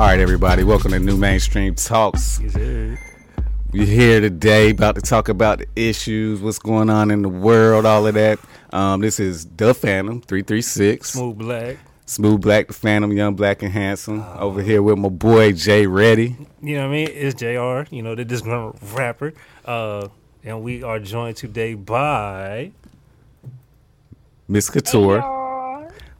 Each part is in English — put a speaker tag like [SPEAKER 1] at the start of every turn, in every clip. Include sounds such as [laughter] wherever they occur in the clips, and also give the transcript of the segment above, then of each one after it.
[SPEAKER 1] All right, everybody, welcome to New Mainstream Talks.
[SPEAKER 2] Yes, sir.
[SPEAKER 1] We're here today about to talk about the issues, what's going on in the world, all of that. Um, this is The Phantom 336. Smooth,
[SPEAKER 2] Smooth black.
[SPEAKER 1] Black, The Phantom, Young Black and Handsome. Over here with my boy Jay Reddy.
[SPEAKER 2] You know what I mean? It's JR, you know, the disgruntled rapper. Uh, and we are joined today by.
[SPEAKER 1] Miss Couture.
[SPEAKER 3] y'all.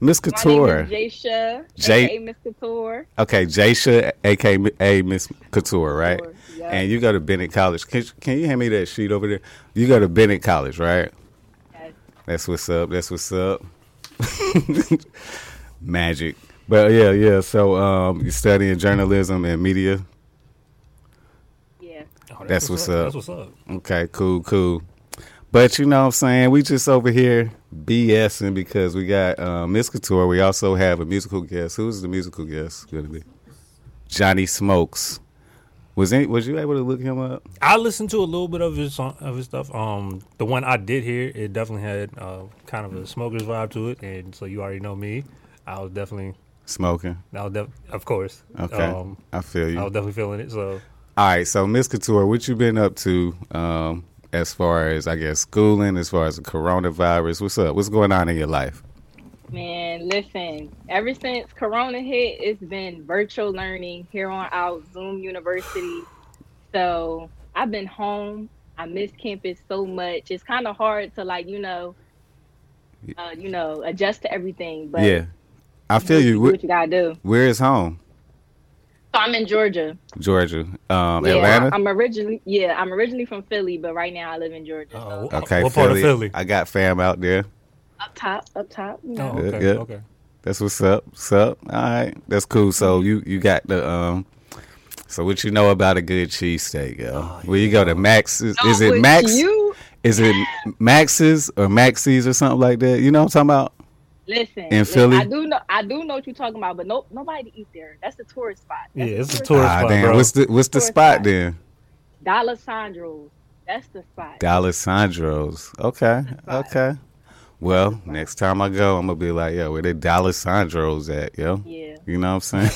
[SPEAKER 1] Miss
[SPEAKER 3] My name
[SPEAKER 1] Couture.
[SPEAKER 3] is Jaysha,
[SPEAKER 1] Jay-
[SPEAKER 3] aka Miss Couture.
[SPEAKER 1] Okay, Jaysha, aka Miss Couture, right?
[SPEAKER 3] Couture, yeah.
[SPEAKER 1] And you go to Bennett College. Can, can you hand me that sheet over there? You go to Bennett College, right?
[SPEAKER 3] Yes.
[SPEAKER 1] That's what's up. That's what's up. [laughs] Magic. But yeah, yeah. So um, you're studying journalism and media.
[SPEAKER 3] Yeah.
[SPEAKER 2] Oh,
[SPEAKER 1] That's what's up.
[SPEAKER 2] That's what's up.
[SPEAKER 1] Okay, cool, cool. But you know what I'm saying? We just over here BSing because we got uh, Miss Couture. We also have a musical guest. Who's the musical guest going to be? Johnny Smokes. Was any, was you able to look him up?
[SPEAKER 2] I listened to a little bit of his song, of his stuff. Um, the one I did hear, it definitely had uh, kind of a smoker's vibe to it, and so you already know me. I was definitely,
[SPEAKER 1] Smoking.
[SPEAKER 2] I was def- of course.
[SPEAKER 1] Okay,
[SPEAKER 2] Um,
[SPEAKER 1] I feel you.
[SPEAKER 2] I was definitely feeling it. So
[SPEAKER 1] All right, so Miss Couture, what you been up to um, as far as I guess schooling, as far as the coronavirus? What's up? What's going on in your life?
[SPEAKER 3] Man, listen, ever since Corona hit, it's been virtual learning here on out, Zoom University. So I've been home. I miss campus so much. It's kind of hard to, like, you know, uh, you know, adjust to everything. But
[SPEAKER 1] yeah, I feel
[SPEAKER 3] do
[SPEAKER 1] you.
[SPEAKER 3] what
[SPEAKER 1] Wh-
[SPEAKER 3] you gotta do.
[SPEAKER 1] Where is home?
[SPEAKER 3] So I'm in Georgia.
[SPEAKER 1] Georgia, um,
[SPEAKER 3] yeah,
[SPEAKER 1] Atlanta.
[SPEAKER 3] I'm originally, yeah, I'm originally from Philly, but right now I live in Georgia.
[SPEAKER 2] Uh-oh.
[SPEAKER 3] So
[SPEAKER 1] okay,
[SPEAKER 2] uh, What part of Philly?
[SPEAKER 1] I got fam out there.
[SPEAKER 3] up top, up top. You know.
[SPEAKER 2] oh,
[SPEAKER 1] Yeah,
[SPEAKER 2] okay,
[SPEAKER 1] yeah.
[SPEAKER 2] okay.
[SPEAKER 1] That's what's up. What's up? All right, that's cool.
[SPEAKER 3] Mm-hmm.
[SPEAKER 1] So you you got the um. So what you know about a good cheesesteak, yo?
[SPEAKER 2] Oh,
[SPEAKER 1] Where you go to Max? Is, is
[SPEAKER 3] Oh,
[SPEAKER 1] it
[SPEAKER 3] but
[SPEAKER 1] Max?
[SPEAKER 3] You
[SPEAKER 1] Is it Max's or Maxie's or something like that? You know what I'm talking about?
[SPEAKER 3] Listen,
[SPEAKER 1] In
[SPEAKER 3] listen,
[SPEAKER 1] Philly?
[SPEAKER 3] I do know, I do know what you're talking about, but no, nobody eat there. That's a tourist spot.
[SPEAKER 2] Yeah,
[SPEAKER 3] That's
[SPEAKER 2] it's a
[SPEAKER 3] spot.
[SPEAKER 2] tourist
[SPEAKER 1] ah,
[SPEAKER 2] spot,
[SPEAKER 1] damn.
[SPEAKER 2] bro.
[SPEAKER 1] What's the what's the
[SPEAKER 3] Tourist
[SPEAKER 1] spot
[SPEAKER 3] spot.
[SPEAKER 1] then?
[SPEAKER 3] Dollar Sandro's. That's the spot.
[SPEAKER 1] D'Alessandro's. Okay. Okay. Well, next time I go, I'm gonna be like, yo, where the D'Alessandro's at, yo?
[SPEAKER 3] Yeah.
[SPEAKER 1] You know what I'm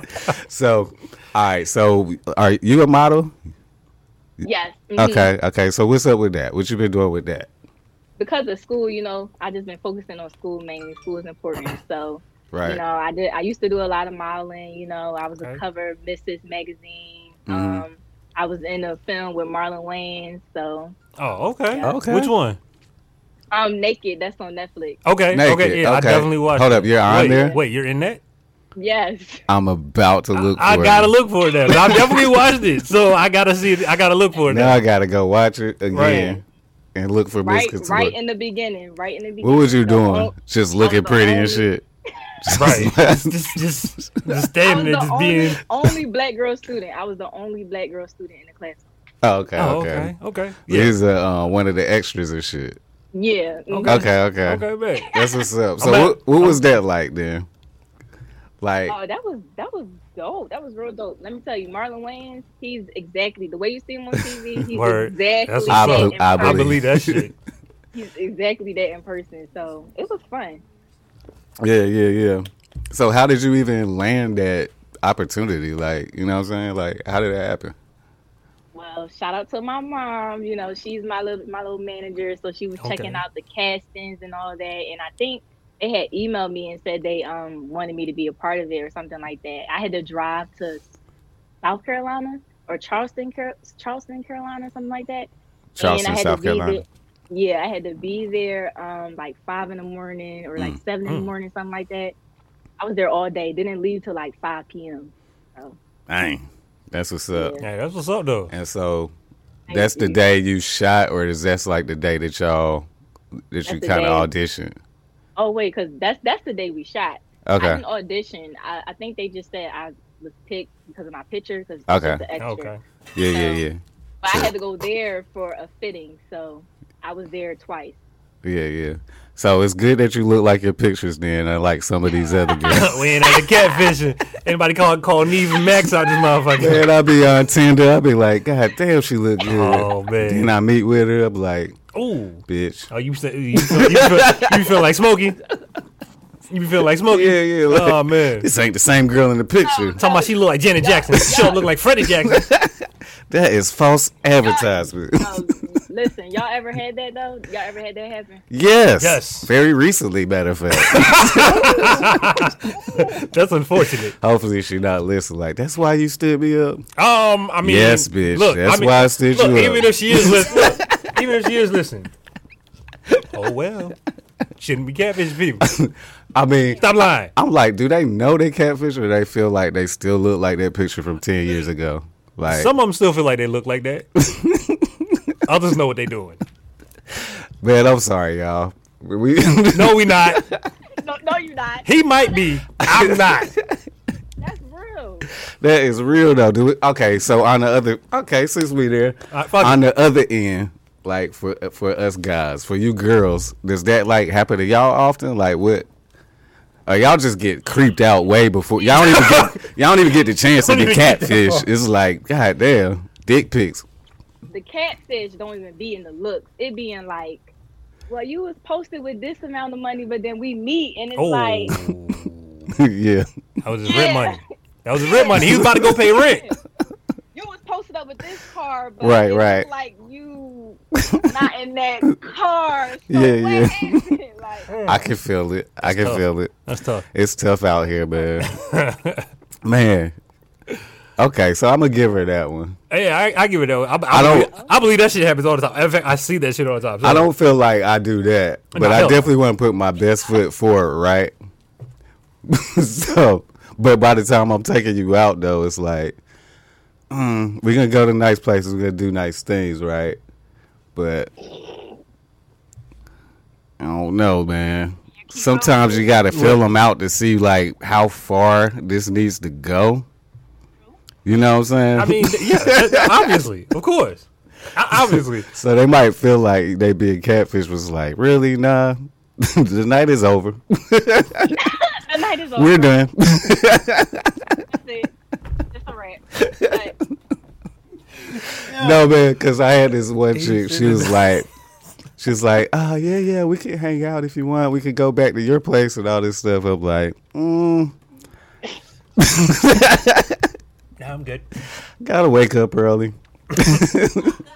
[SPEAKER 1] saying? [laughs] so, all right. So, are you a model?
[SPEAKER 3] Yes. mhm.
[SPEAKER 1] Okay. Okay. So, what's up with that? What you been doing with that?
[SPEAKER 3] Because of school, you know, I just been focusing on school mainly. School is important, so
[SPEAKER 1] Right.
[SPEAKER 3] you know, I did. I used to do a lot of modeling. You know, I was
[SPEAKER 2] Okay.
[SPEAKER 3] a cover of Mrs. Magazine.
[SPEAKER 1] Mhm.
[SPEAKER 3] Um, I was in a film with Marlon Wayans. So,
[SPEAKER 2] Oh, okay.
[SPEAKER 1] Okay.
[SPEAKER 2] Which one?
[SPEAKER 3] um, Naked. That's on Netflix.
[SPEAKER 2] Okay,
[SPEAKER 1] Naked,
[SPEAKER 2] okay, yeah, I
[SPEAKER 1] okay.
[SPEAKER 2] definitely watched.
[SPEAKER 1] Hold
[SPEAKER 2] it.
[SPEAKER 1] up, you're on
[SPEAKER 2] wait,
[SPEAKER 1] there?
[SPEAKER 2] Wait, you're in that?
[SPEAKER 3] Yes.
[SPEAKER 1] I'm about to look.
[SPEAKER 2] I
[SPEAKER 1] for
[SPEAKER 2] gotta
[SPEAKER 1] it.
[SPEAKER 2] look for it. now.
[SPEAKER 1] [laughs]
[SPEAKER 2] I definitely watched it, so I gotta see. It. I gotta look for it.
[SPEAKER 1] Now
[SPEAKER 2] Now.
[SPEAKER 1] I gotta go watch it again
[SPEAKER 2] Right.
[SPEAKER 1] and look for
[SPEAKER 3] Right,
[SPEAKER 1] biscuits.
[SPEAKER 3] right in the beginning. Right in the beginning.
[SPEAKER 1] what was you
[SPEAKER 3] So,
[SPEAKER 1] doing?
[SPEAKER 3] oh,
[SPEAKER 1] Just looking
[SPEAKER 3] the
[SPEAKER 1] pretty and
[SPEAKER 3] only-
[SPEAKER 1] shit.
[SPEAKER 2] Right, just, just, just, just
[SPEAKER 3] I
[SPEAKER 2] standing there,
[SPEAKER 3] was the
[SPEAKER 2] just
[SPEAKER 3] only,
[SPEAKER 2] being.
[SPEAKER 3] only black girl student. I was the only black girl student in the class.
[SPEAKER 1] Oh, okay.
[SPEAKER 2] Oh,
[SPEAKER 1] okay.
[SPEAKER 2] okay, okay, yeah,
[SPEAKER 1] He's uh, uh, one of the extras and shit.
[SPEAKER 3] Yeah. mhm.
[SPEAKER 2] Okay.
[SPEAKER 1] Okay, okay.
[SPEAKER 2] okay, bet.
[SPEAKER 1] That's what's up. So
[SPEAKER 2] I'm
[SPEAKER 1] what,
[SPEAKER 2] back. Uh,
[SPEAKER 1] what was that like then? Like
[SPEAKER 3] Oh, that was that was dope. That was real dope. Let me tell you, Marlon Wayans, he's exactly the way you see him on TV. He's
[SPEAKER 2] Word.
[SPEAKER 3] exactly
[SPEAKER 2] That's
[SPEAKER 3] that.
[SPEAKER 2] what's up.
[SPEAKER 3] in
[SPEAKER 1] I
[SPEAKER 2] I
[SPEAKER 3] person.
[SPEAKER 2] believe that
[SPEAKER 1] [laughs]
[SPEAKER 2] shit.
[SPEAKER 3] He's exactly that in person. So it was fun.
[SPEAKER 1] yeah, yeah, yeah. So how did you even land that opportunity? Like, you know what I'm saying? Like how did that happen?
[SPEAKER 3] Well, shout out to my mom. You know, she's my little my little manager, so she was
[SPEAKER 2] Okay.
[SPEAKER 3] checking out the castings and all that. And I think they had emailed me and said they um wanted me to be a part of it or something like that. I had to drive to South Carolina or Charleston, Car- Charleston, Carolina, something like that.
[SPEAKER 1] Charleston, South
[SPEAKER 3] be
[SPEAKER 1] Carolina.
[SPEAKER 3] There, yeah, I had to be there um like five in the morning or like seven in the
[SPEAKER 2] Mm.
[SPEAKER 3] morning, something like that. I was there all day. Didn't leave till like five p.m. So
[SPEAKER 1] Dang. That's what's up.
[SPEAKER 3] Yeah.
[SPEAKER 2] Yeah, that's what's up though.
[SPEAKER 1] And so
[SPEAKER 3] thank
[SPEAKER 1] that's the
[SPEAKER 3] you.
[SPEAKER 1] day you shot or is that's like the day that y'all that you
[SPEAKER 3] the
[SPEAKER 1] kinda
[SPEAKER 3] day.
[SPEAKER 1] auditioned?
[SPEAKER 3] Oh wait, because that's that's the day we shot. I
[SPEAKER 1] Okay.
[SPEAKER 3] didn't audition. I, I think they just said I was picked because of my picture. Cause
[SPEAKER 1] Okay.
[SPEAKER 3] okay. The extra.
[SPEAKER 2] Okay, [laughs]
[SPEAKER 1] Yeah, yeah,
[SPEAKER 3] so-
[SPEAKER 1] yeah.
[SPEAKER 3] But I had to go there for a fitting, so I was there twice.
[SPEAKER 1] Yeah, yeah. So it's good that you look like your pictures then, unlike some of these
[SPEAKER 2] [laughs]
[SPEAKER 1] other girls.
[SPEAKER 2] we ain't at the catfishing. Anybody call call Neve and Max out this motherfucker?
[SPEAKER 1] Man, I be on Tinder. I be like, God damn, she look good.
[SPEAKER 2] Oh
[SPEAKER 1] Then
[SPEAKER 2] man, Oh,
[SPEAKER 1] I meet with her. I be like,
[SPEAKER 2] ooh.
[SPEAKER 1] bitch.
[SPEAKER 2] Oh, you say you feel, you feel, you feel like Smokey? You be feeling like smoking?
[SPEAKER 1] Yeah, yeah, like-
[SPEAKER 2] oh man.
[SPEAKER 1] [laughs] This ain't the same girl in the picture.
[SPEAKER 2] Talking about she look like Janet Jackson. She don't look like Freddie Jackson.
[SPEAKER 1] [laughs] That is false
[SPEAKER 2] [laughs]
[SPEAKER 1] advertisement.
[SPEAKER 3] Um, listen, y'all ever had that though? Y'all ever had that happen?
[SPEAKER 1] Yes.
[SPEAKER 2] Yes.
[SPEAKER 1] Very recently, matter of
[SPEAKER 2] [laughs]
[SPEAKER 1] fact.
[SPEAKER 2] That's unfortunate.
[SPEAKER 1] Hopefully, she not listening. Like that's why you stood me up.
[SPEAKER 2] Um, I mean,
[SPEAKER 1] Yes, bitch.
[SPEAKER 2] Look,
[SPEAKER 1] That's
[SPEAKER 2] I mean,
[SPEAKER 1] why I stood
[SPEAKER 2] look,
[SPEAKER 1] you up.
[SPEAKER 2] even if she is
[SPEAKER 1] [laughs]
[SPEAKER 2] listening, look, even if she is listening. Oh well, shouldn't be catfish people.
[SPEAKER 1] I mean, [laughs]
[SPEAKER 2] Stop lying.
[SPEAKER 1] I'm like, do they know they catfish, or they feel like they still look like that picture from ten years ago? Like,
[SPEAKER 2] Some of them still feel like they look like that. Others know what they're doing.
[SPEAKER 1] man, I'm sorry, y'all. We- We [laughs]
[SPEAKER 2] No, we not.
[SPEAKER 3] No, no, you're not.
[SPEAKER 2] He might be. I'm not.
[SPEAKER 3] That's real.
[SPEAKER 1] that is real though. Do we, okay, so on the other, okay, since we there,
[SPEAKER 2] All right, fuck
[SPEAKER 1] on the other end, like for for us guys, for you girls, does that like happen to y'all often? Like, what? Or y'all just get creeped out way before y'all don't even
[SPEAKER 2] [laughs]
[SPEAKER 1] get y'all don't even get the chance to
[SPEAKER 2] Don't
[SPEAKER 1] get
[SPEAKER 2] even get-
[SPEAKER 1] catfish. It's like, god damn, dick pics. [laughs]
[SPEAKER 3] The catfish don't even be in the looks. It be in like, well, you was posted with this amount of money, but then we meet and it's
[SPEAKER 2] Oh,
[SPEAKER 3] like,
[SPEAKER 1] yeah,
[SPEAKER 2] that was his rent
[SPEAKER 3] Yeah.
[SPEAKER 2] money. That was his rent money. He was about to go pay rent.
[SPEAKER 3] you was posted up with this car, but
[SPEAKER 1] Right,
[SPEAKER 3] it look
[SPEAKER 1] right.
[SPEAKER 3] like you not in
[SPEAKER 1] [laughs]
[SPEAKER 3] that car. So
[SPEAKER 1] Yeah,
[SPEAKER 3] what
[SPEAKER 1] yeah.
[SPEAKER 3] is it? [laughs] Like,
[SPEAKER 1] I can feel it. I can
[SPEAKER 2] tough.
[SPEAKER 1] feel it.
[SPEAKER 2] That's tough.
[SPEAKER 1] It's tough out here, man.
[SPEAKER 2] [laughs]
[SPEAKER 1] man. Okay, so I'm gonna give her that one.
[SPEAKER 2] Yeah, I, I give it that. I, I,
[SPEAKER 1] I don't-
[SPEAKER 2] don't. Believe, I believe that shit happens all the time. In fact, I see that shit all the time. So-
[SPEAKER 1] I don't feel like I do that, but I
[SPEAKER 2] hell no.
[SPEAKER 1] definitely want to put my best foot forward, right? [laughs] so, but by the time I'm taking you out, though, it's like mm, we're gonna go to nice places, we're gonna do nice things, right? But I don't know, man. Sometimes you gotta feel them out to see like how far this needs to go. You know what I'm saying?
[SPEAKER 2] I mean, yeah, that- obviously, of course, O- obviously.
[SPEAKER 1] So they might feel like they being catfish was like, really, nah. [laughs] the night is over.
[SPEAKER 3] the night is over.
[SPEAKER 1] We're done.
[SPEAKER 3] That's it. It's a wrap. But
[SPEAKER 1] no man, because I had this one
[SPEAKER 2] He
[SPEAKER 1] chick.
[SPEAKER 2] said
[SPEAKER 1] She was
[SPEAKER 2] it.
[SPEAKER 1] like, she was like, oh yeah, yeah, we can hang out if you want. We could go back to your place and all this stuff. I'm like, mm,
[SPEAKER 2] Yeah, I'm good.
[SPEAKER 1] gotta wake up early.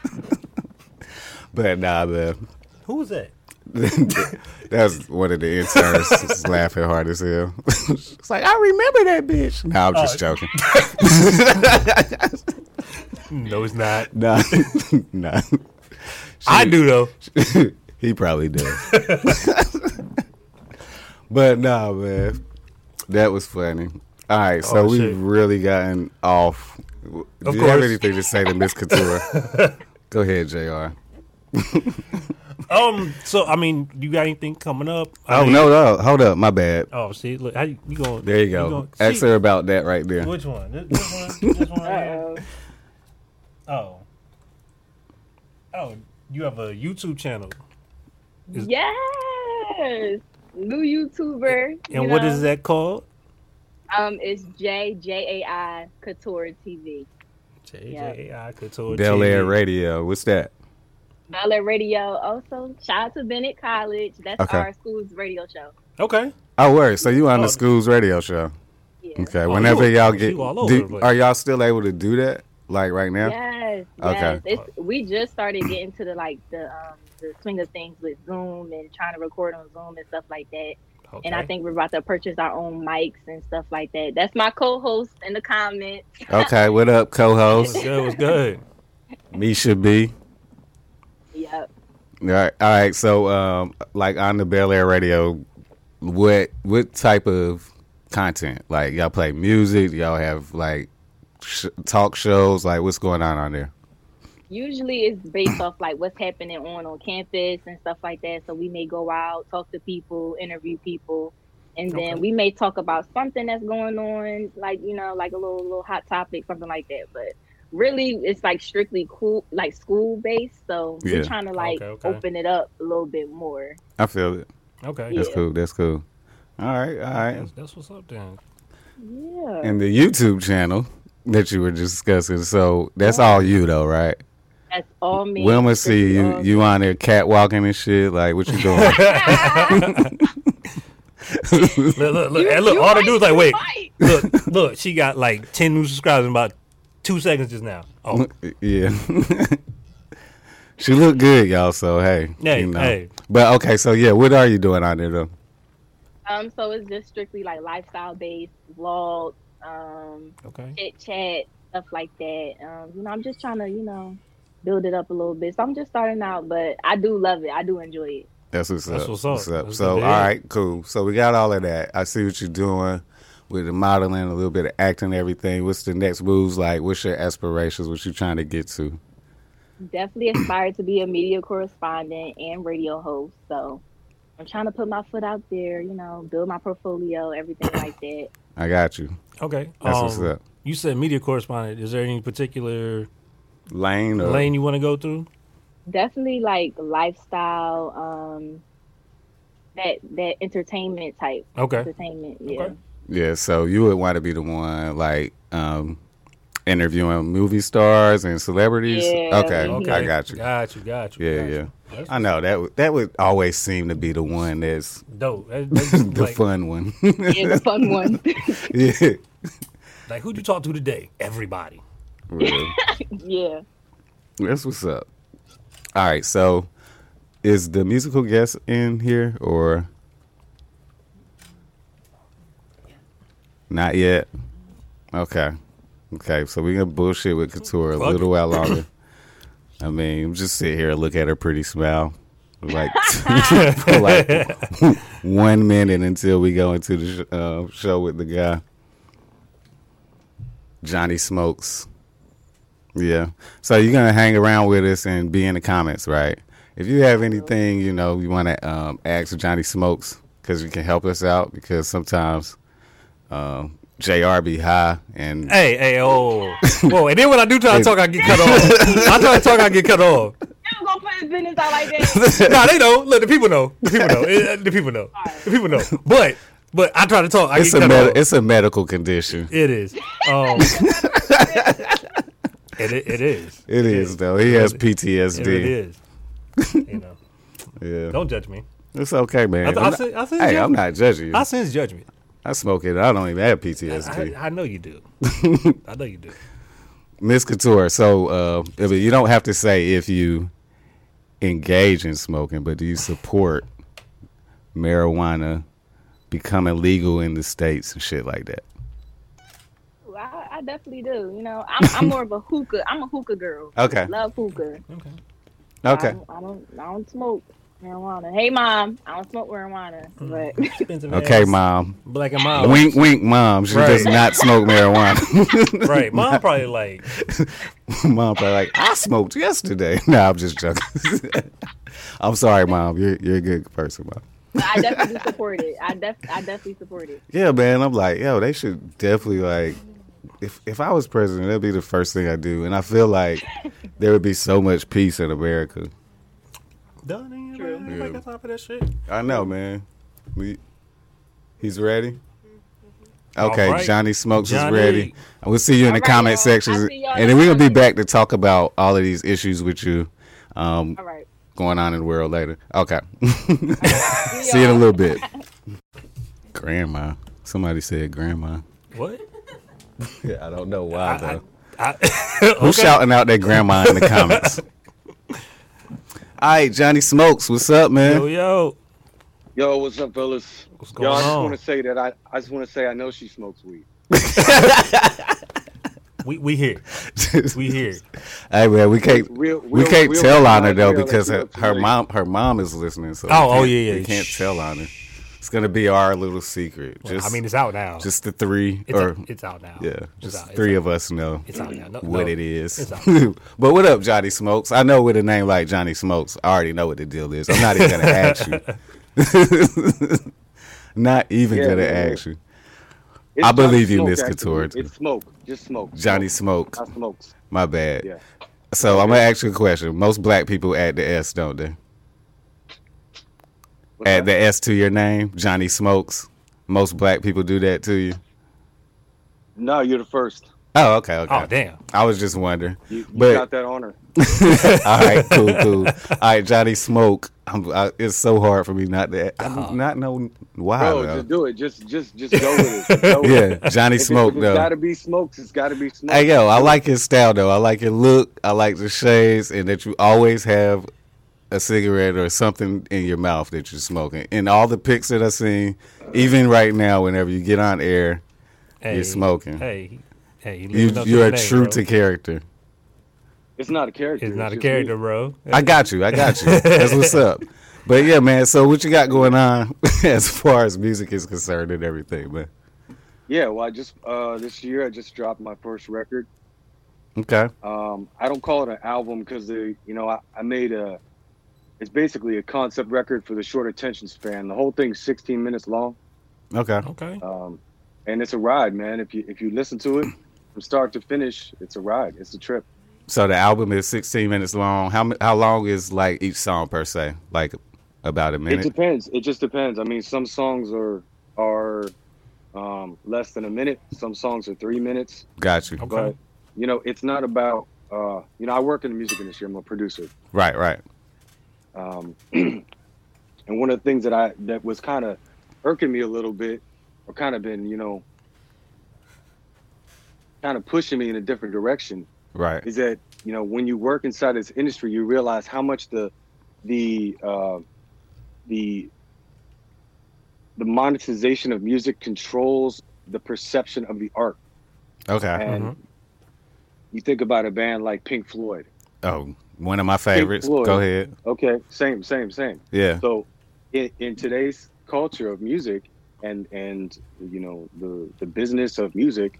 [SPEAKER 1] [laughs] but nah, man, [laughs]
[SPEAKER 2] Who was that?
[SPEAKER 1] that's one of the interns just laughing hard as hell. [laughs] She's like, I remember that bitch. Nah, I'm just joking. [laughs]
[SPEAKER 2] No, it's not.
[SPEAKER 1] Nah, [laughs] nah.
[SPEAKER 2] I do though.
[SPEAKER 1] [laughs] he probably does. [laughs] but nah, man, that was funny. All right, so
[SPEAKER 2] Oh,
[SPEAKER 1] we've
[SPEAKER 2] shit.
[SPEAKER 1] really gotten off. Do you have
[SPEAKER 2] course.
[SPEAKER 1] anything to say to Miss
[SPEAKER 2] [laughs]
[SPEAKER 1] Couture? Go ahead, Jr.
[SPEAKER 2] Um, so I mean, you got anything coming up? I
[SPEAKER 1] Oh
[SPEAKER 2] mean-
[SPEAKER 1] no, no, hold up, my bad.
[SPEAKER 2] Oh, see, look, how you, you going?
[SPEAKER 1] There you go. Ask her about that right there.
[SPEAKER 2] Which one? This, this one? This one? Right
[SPEAKER 3] [laughs]
[SPEAKER 2] here?
[SPEAKER 3] uh,
[SPEAKER 2] Oh. Oh, you have a YouTube channel. Is-
[SPEAKER 3] yes, new YouTuber. you
[SPEAKER 2] And what
[SPEAKER 3] know?
[SPEAKER 2] is that called?
[SPEAKER 3] Um, it's J J A I Couture TV.
[SPEAKER 2] JJI Couture.
[SPEAKER 1] Del
[SPEAKER 2] TV.
[SPEAKER 1] Air Radio. What's that?
[SPEAKER 3] Ballet Radio. Also, shout out to Bennett College. That's
[SPEAKER 1] Okay.
[SPEAKER 3] our school's radio show.
[SPEAKER 2] Okay.
[SPEAKER 1] Oh, word. So you on the
[SPEAKER 2] Oh.
[SPEAKER 1] school's radio show?
[SPEAKER 3] Yeah.
[SPEAKER 1] Okay.
[SPEAKER 2] Oh,
[SPEAKER 1] Whenever
[SPEAKER 2] you-
[SPEAKER 1] y'all
[SPEAKER 2] you
[SPEAKER 1] get,
[SPEAKER 2] all over
[SPEAKER 1] do-
[SPEAKER 2] the place.
[SPEAKER 1] are y'all still able to do that? Like right now?
[SPEAKER 3] Yes.
[SPEAKER 1] Okay.
[SPEAKER 3] Yes. It's, we just started getting to the like the um the swing of things with Zoom and trying to record on Zoom and stuff like that.
[SPEAKER 2] okay.
[SPEAKER 3] And I think we're about to purchase our own mics and stuff like that. That's my co-host in the comments.
[SPEAKER 1] Okay. What up,
[SPEAKER 2] it was
[SPEAKER 1] co-host?
[SPEAKER 2] good. It was good.
[SPEAKER 1] Misha B.
[SPEAKER 3] Yep.
[SPEAKER 1] All right, all right. So, um, like on the Bel Air Radio, what what type of content? Like y'all play music? Y'all have like sh- talk shows? Like what's going on on there?
[SPEAKER 3] usually it's based off like what's happening on on campus and stuff like that so we may go out talk to people interview people and then
[SPEAKER 2] Okay.
[SPEAKER 3] we may talk about something that's going on like you know like a little little hot topic something like that but really it's like strictly cool like school based so
[SPEAKER 1] Yeah.
[SPEAKER 3] we're trying to like
[SPEAKER 2] Okay, okay.
[SPEAKER 3] open it up a little bit more
[SPEAKER 1] I feel it.
[SPEAKER 2] Okay.
[SPEAKER 1] That's
[SPEAKER 3] Yeah.
[SPEAKER 1] cool. That's cool. All right, all right.
[SPEAKER 2] That's, that's what's up
[SPEAKER 1] [laughs]
[SPEAKER 2] then.
[SPEAKER 3] yeah
[SPEAKER 1] And the YouTube channel that you were discussing. So that's all you though, right?
[SPEAKER 3] that's all me
[SPEAKER 1] Wilma see
[SPEAKER 3] Strictly
[SPEAKER 1] you
[SPEAKER 3] all me.
[SPEAKER 1] you on there catwalking and shit. Like what you doing?
[SPEAKER 3] [laughs]
[SPEAKER 2] Look, look, look, and look
[SPEAKER 3] You
[SPEAKER 2] all the
[SPEAKER 3] might
[SPEAKER 2] dudes like,
[SPEAKER 3] be
[SPEAKER 2] wait,
[SPEAKER 3] right.
[SPEAKER 2] look, look, she got like ten new subscribers in about two seconds just now. Oh,
[SPEAKER 1] yeah. [laughs] she looked good, y'all. So hey,
[SPEAKER 2] Hey, hey.
[SPEAKER 1] But okay, so yeah, what are you doing out there though?
[SPEAKER 3] Um, so it's just strictly like lifestyle based vlogs, um,
[SPEAKER 2] okay.
[SPEAKER 3] chit chat, stuff like that. Um, you know, I'm just trying to, you know, build it up a little bit. So I'm just starting out, but I do love it. I do enjoy it.
[SPEAKER 1] That's what's
[SPEAKER 2] That's
[SPEAKER 1] up.
[SPEAKER 2] what's up. That's
[SPEAKER 1] So all
[SPEAKER 2] good to hear.
[SPEAKER 1] right, cool. So we got all of that. I see what you're doing with the modeling, a little bit of acting, everything. What's the next moves like? What's your aspirations? What you trying to get to?
[SPEAKER 3] Definitely aspire to be a media correspondent and radio host. So I'm trying to put my foot out there, you know, build my portfolio, everything like that.
[SPEAKER 1] I got you.
[SPEAKER 2] Okay.
[SPEAKER 1] That's
[SPEAKER 2] um,
[SPEAKER 1] what's up.
[SPEAKER 2] You said media correspondent. Is there any particular
[SPEAKER 1] Lane or
[SPEAKER 2] lane you want to go through?
[SPEAKER 3] Definitely like lifestyle, um, that that entertainment type.
[SPEAKER 2] Okay.
[SPEAKER 3] Entertainment, yeah.
[SPEAKER 2] Okay.
[SPEAKER 1] Yeah, so you would want to be the one like um interviewing movie stars and celebrities.
[SPEAKER 3] Yeah.
[SPEAKER 1] okay,
[SPEAKER 3] Mhm.
[SPEAKER 1] I got you.
[SPEAKER 2] Got you. Got you.
[SPEAKER 1] Yeah,
[SPEAKER 2] got you. That's
[SPEAKER 1] I know that would that would always seem to be the one that's [laughs]
[SPEAKER 2] dope. That- that's
[SPEAKER 1] the
[SPEAKER 2] like,
[SPEAKER 1] fun one. [laughs]
[SPEAKER 3] Yeah, the
[SPEAKER 2] [laughs]
[SPEAKER 3] fun one.
[SPEAKER 1] yeah.
[SPEAKER 2] like who'd you talk to today? Everybody.
[SPEAKER 1] Well,
[SPEAKER 3] [laughs] yeah.
[SPEAKER 1] that's what's up. All right, so is the musical guest in here or not yet? Okay. Okay, so we're gonna bullshit with Couture a
[SPEAKER 2] Fuck.
[SPEAKER 1] little while
[SPEAKER 2] [coughs]
[SPEAKER 1] longer. I mean, just sit here and look at her pretty smile. Like,
[SPEAKER 2] [laughs]
[SPEAKER 1] [laughs] for like one minute until we go into the sh- uh, show with the guy. Johnny Smokes. Yeah. So you're gonna hang around with us and be in the comments, right? If you have anything, you know, you want to um, ask Johnny Smokes because you can help us out because sometimes um, Jr. be high and
[SPEAKER 2] Hey, hey, oh, whoa! And then when I do try to talk, I get cut off. I try to talk, I get cut
[SPEAKER 1] [laughs]
[SPEAKER 2] off.
[SPEAKER 3] Never gonna put his business out like that.
[SPEAKER 2] Nah, they know. Look, the people know. The people know. Eh, The people know. The people know. But, but I try to talk. I
[SPEAKER 1] it's
[SPEAKER 2] get
[SPEAKER 1] a
[SPEAKER 2] cut
[SPEAKER 1] med-
[SPEAKER 2] off.
[SPEAKER 1] it's a medical condition.
[SPEAKER 2] It is.
[SPEAKER 1] [laughs]
[SPEAKER 2] Um, it, i- it is.
[SPEAKER 1] It is though. He has PTSD.
[SPEAKER 2] It is. You know,
[SPEAKER 1] Yeah,
[SPEAKER 2] don't
[SPEAKER 1] [laughs]
[SPEAKER 2] judge me.
[SPEAKER 1] it's okay, man.
[SPEAKER 2] I th- I
[SPEAKER 1] I'm not-
[SPEAKER 2] said- I said
[SPEAKER 1] hey,
[SPEAKER 2] judge
[SPEAKER 1] I'm
[SPEAKER 2] me.
[SPEAKER 1] not judging you.
[SPEAKER 2] I
[SPEAKER 1] I,
[SPEAKER 2] sense judgment.
[SPEAKER 1] smoke it. I don't even have
[SPEAKER 2] I,
[SPEAKER 1] PTSD.
[SPEAKER 2] I know
[SPEAKER 1] [laughs]
[SPEAKER 2] you do. I know you do.
[SPEAKER 1] Miss Couture. So, uh, I mean, you don't have to say if you engage in smoking, but do you support marijuana becoming legal in the states and shit like that?
[SPEAKER 3] I, I definitely do. You know, I'm, I'm more of a hookah. I'm a hookah girl.
[SPEAKER 1] [laughs] Okay.
[SPEAKER 3] Love hookah.
[SPEAKER 2] Okay.
[SPEAKER 3] I
[SPEAKER 1] Okay.
[SPEAKER 2] Um,
[SPEAKER 3] don't, I don't. I don't smoke marijuana. Hey, mom. I don't smoke marijuana,
[SPEAKER 2] Mm.
[SPEAKER 3] but [laughs]
[SPEAKER 2] Expensive
[SPEAKER 1] Okay,
[SPEAKER 2] ass,
[SPEAKER 1] mom.
[SPEAKER 2] Black and mild.
[SPEAKER 1] Wink, wink, mom. She does
[SPEAKER 2] Oh. Right.
[SPEAKER 1] not smoke marijuana. [laughs]
[SPEAKER 2] Right. Mom probably like.
[SPEAKER 1] mom probably like, I smoked yesterday. [laughs] no, I'm just joking. I'm sorry, mom. You're you're a good person, mom.
[SPEAKER 3] I definitely support it. I def. I definitely support it.
[SPEAKER 1] Yeah, man. I'm like, yo, they should definitely like. If if I was president, that'd be the first thing I do, and I feel like there would be so much peace in America.
[SPEAKER 2] Done. ain't
[SPEAKER 3] True.
[SPEAKER 2] nobody
[SPEAKER 1] Yeah.
[SPEAKER 2] got time for that shit.
[SPEAKER 1] I know, man. We, he's ready. Okay,
[SPEAKER 2] All right.
[SPEAKER 1] Johnny Smokes
[SPEAKER 2] Johnny.
[SPEAKER 1] is ready. And We'll see you in
[SPEAKER 3] All
[SPEAKER 1] the
[SPEAKER 3] right,
[SPEAKER 1] comment
[SPEAKER 3] y'all.
[SPEAKER 1] sections,
[SPEAKER 3] I'll
[SPEAKER 1] and
[SPEAKER 3] see y'all
[SPEAKER 1] then
[SPEAKER 3] in
[SPEAKER 1] we're
[SPEAKER 3] the
[SPEAKER 1] gonna be back
[SPEAKER 3] comments.
[SPEAKER 1] to talk about all of these issues with you, um,
[SPEAKER 3] All right.
[SPEAKER 1] going on in the world later. Okay,
[SPEAKER 3] See
[SPEAKER 1] [laughs] see you in a
[SPEAKER 3] y'all.
[SPEAKER 1] little
[SPEAKER 3] [laughs]
[SPEAKER 1] bit. grandma, somebody said grandma.
[SPEAKER 2] What?
[SPEAKER 1] Yeah, I don't know why though.
[SPEAKER 2] I, [laughs]
[SPEAKER 1] Who's shouting out their grandma in the comments? All right, Johnny Smokes, what's up, man?
[SPEAKER 2] Yo, yo.
[SPEAKER 4] Yo, what's up, fellas?
[SPEAKER 2] What's
[SPEAKER 4] Yo, I
[SPEAKER 2] going
[SPEAKER 4] just
[SPEAKER 2] on?
[SPEAKER 4] want to say that I, I just want to say I know she smokes weed.
[SPEAKER 2] We we here.
[SPEAKER 1] [laughs]
[SPEAKER 2] We here.
[SPEAKER 1] hey man, we can't
[SPEAKER 4] Real,
[SPEAKER 1] we
[SPEAKER 4] real-
[SPEAKER 1] can't
[SPEAKER 4] real-
[SPEAKER 1] tell on her though
[SPEAKER 4] real-
[SPEAKER 1] because her, her
[SPEAKER 4] real-
[SPEAKER 1] mom her mom is listening. So we
[SPEAKER 2] Oh, oh,
[SPEAKER 1] can't-
[SPEAKER 2] yeah, yeah.
[SPEAKER 1] we can't tell on her. It's gonna be our little secret. Just
[SPEAKER 2] I mean, it's out now.
[SPEAKER 1] just the three
[SPEAKER 2] it's,
[SPEAKER 1] or
[SPEAKER 2] out, it's out now.
[SPEAKER 1] yeah,
[SPEAKER 2] It's
[SPEAKER 1] just
[SPEAKER 2] out, it's
[SPEAKER 1] three
[SPEAKER 2] out.
[SPEAKER 1] of us know
[SPEAKER 2] It's out now. No,
[SPEAKER 1] what
[SPEAKER 2] no.
[SPEAKER 1] it is.
[SPEAKER 2] It's
[SPEAKER 1] [laughs]
[SPEAKER 2] out.
[SPEAKER 1] but what up, Johnny Smokes? I know with a name like Johnny Smokes, I already know what the deal is. I'm not even
[SPEAKER 2] [laughs]
[SPEAKER 1] gonna ask you. [laughs] not even
[SPEAKER 4] Yeah,
[SPEAKER 1] gonna
[SPEAKER 4] yeah, yeah.
[SPEAKER 1] ask you.
[SPEAKER 4] It's
[SPEAKER 1] I believe
[SPEAKER 4] Johnny
[SPEAKER 1] you,
[SPEAKER 4] Smoke,
[SPEAKER 1] Miss
[SPEAKER 4] actually.
[SPEAKER 1] Couture.
[SPEAKER 4] It's smoke. Just smoke.
[SPEAKER 1] Johnny
[SPEAKER 4] Smoke.
[SPEAKER 1] Smokes.
[SPEAKER 4] I smokes.
[SPEAKER 1] My bad.
[SPEAKER 4] uh, Yeah.
[SPEAKER 1] So I'm gonna ask you a question. Most black people add the S, don't they?
[SPEAKER 4] What's
[SPEAKER 1] Add
[SPEAKER 4] that?
[SPEAKER 1] the S to your name, Johnny Smokes. Most black people do that to you.
[SPEAKER 4] No, you're the first.
[SPEAKER 1] Oh, okay, okay.
[SPEAKER 2] Oh damn.
[SPEAKER 1] I was just wondering.
[SPEAKER 4] You, you
[SPEAKER 1] But-
[SPEAKER 4] got that honor.
[SPEAKER 1] [laughs] All right,
[SPEAKER 4] [laughs]
[SPEAKER 1] cool, cool. All right, Johnny Smoke. I'm, I, it's so hard for me not to. I do
[SPEAKER 2] Uh-huh.
[SPEAKER 1] not know why.
[SPEAKER 4] Bro,
[SPEAKER 1] though.
[SPEAKER 4] just do it. Just just just go with
[SPEAKER 1] [laughs]
[SPEAKER 4] it. Just go with it.
[SPEAKER 1] yeah, Johnny
[SPEAKER 4] If Oh. [laughs] it-
[SPEAKER 1] Smoke
[SPEAKER 4] if It's
[SPEAKER 1] though.
[SPEAKER 4] gotta be smokes. It's gotta be smokes.
[SPEAKER 1] Hey yo, I like his style though. I like your look. I like the shades, and that you always have a cigarette or something in your mouth that you're smoking. And all the pics that I seen, even right now, whenever you get on air,
[SPEAKER 2] Hey,
[SPEAKER 1] smoking.
[SPEAKER 2] Hey, hey, you
[SPEAKER 1] you
[SPEAKER 2] living up to
[SPEAKER 1] you
[SPEAKER 2] the
[SPEAKER 1] are
[SPEAKER 2] name,
[SPEAKER 1] true
[SPEAKER 2] bro.
[SPEAKER 1] to character.
[SPEAKER 4] It's not a character.
[SPEAKER 2] It's not a
[SPEAKER 4] just
[SPEAKER 2] character,
[SPEAKER 4] me.
[SPEAKER 2] bro. [laughs]
[SPEAKER 1] I got you. I got you. That's what's up. But yeah, man. So what you got going on [laughs] as far as music is concerned and everything, man?
[SPEAKER 4] Yeah, well, I just uh, this year I just dropped my first record.
[SPEAKER 1] Okay.
[SPEAKER 4] Um, I don't call it an album because the you know I, I made a. It's basically a concept record for the short attention span. The whole thing's 16 minutes long,
[SPEAKER 1] Okay.
[SPEAKER 2] Okay.
[SPEAKER 4] um, and it's a ride, man. If you if you listen to it from start to finish, it's a ride. It's a trip.
[SPEAKER 1] So the album is 16 minutes long. How m- how long is like each song per se? Like about a
[SPEAKER 4] It
[SPEAKER 1] minute.
[SPEAKER 4] depends. It just depends. I mean, some songs are are um, less than a minute. Some songs are three minutes.
[SPEAKER 1] Got you.
[SPEAKER 2] Okay.
[SPEAKER 4] but you know it's not about uh you know i work in the music industry i'm a producer
[SPEAKER 1] Right. Right.
[SPEAKER 4] um [clears throat] and one of the things that i that was kind of irking me a little bit or kind of been you know kind of pushing me in a different direction
[SPEAKER 1] Right.
[SPEAKER 4] is that you know when you work inside this industry you realize how much the the uh the the monetization of music controls the perception of the art
[SPEAKER 1] Okay.
[SPEAKER 4] and
[SPEAKER 2] Mhm.
[SPEAKER 4] you think about a band like pink floyd
[SPEAKER 1] Oh, one of my favorites.
[SPEAKER 4] Floyd.
[SPEAKER 1] Go ahead.
[SPEAKER 4] Okay, same, same, same.
[SPEAKER 1] Yeah.
[SPEAKER 4] So, in, in today's culture of music and and you know the the business of music,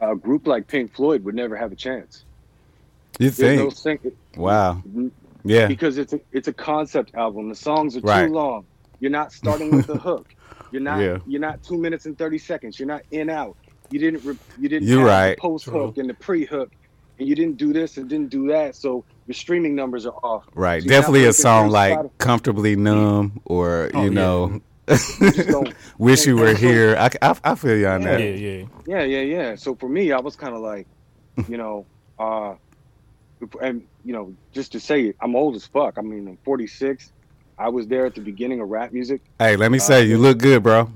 [SPEAKER 4] a group like Pink Floyd would never have a chance.
[SPEAKER 1] You
[SPEAKER 4] There's no
[SPEAKER 1] think?
[SPEAKER 4] sing-
[SPEAKER 1] Wow. Yeah.
[SPEAKER 4] because it's a, it's a concept album. The songs are
[SPEAKER 1] Right.
[SPEAKER 4] too long. You're not starting with
[SPEAKER 1] [laughs]
[SPEAKER 4] the hook. You're not
[SPEAKER 1] Yeah.
[SPEAKER 4] you're not two minutes and thirty seconds. You're not in out. You didn't re- you didn't
[SPEAKER 1] You're
[SPEAKER 4] add
[SPEAKER 1] right.
[SPEAKER 4] the post
[SPEAKER 2] True.
[SPEAKER 4] hook and the pre hook, and you didn't do this and didn't do that. So your streaming numbers are off.
[SPEAKER 1] Right.
[SPEAKER 4] So you're not
[SPEAKER 1] Definitely a
[SPEAKER 4] making
[SPEAKER 1] song
[SPEAKER 4] sense
[SPEAKER 1] like
[SPEAKER 4] out of-
[SPEAKER 1] "Comfortably Numb" or
[SPEAKER 2] Oh,
[SPEAKER 1] you
[SPEAKER 2] yeah.
[SPEAKER 1] [laughs] know,
[SPEAKER 4] You just don't-
[SPEAKER 1] "Wish You Were
[SPEAKER 4] So-
[SPEAKER 1] Here." I, c- I- I feel you on
[SPEAKER 4] Yeah.
[SPEAKER 2] Yeah,
[SPEAKER 1] that.
[SPEAKER 2] yeah.
[SPEAKER 4] Yeah, yeah, yeah. So for me, I was kind of like, you know, uh, and you know, just to say it, I'm old as fuck. I mean, I'm 46. I was there at the beginning of rap music.
[SPEAKER 1] Hey, let me say, you look good, bro.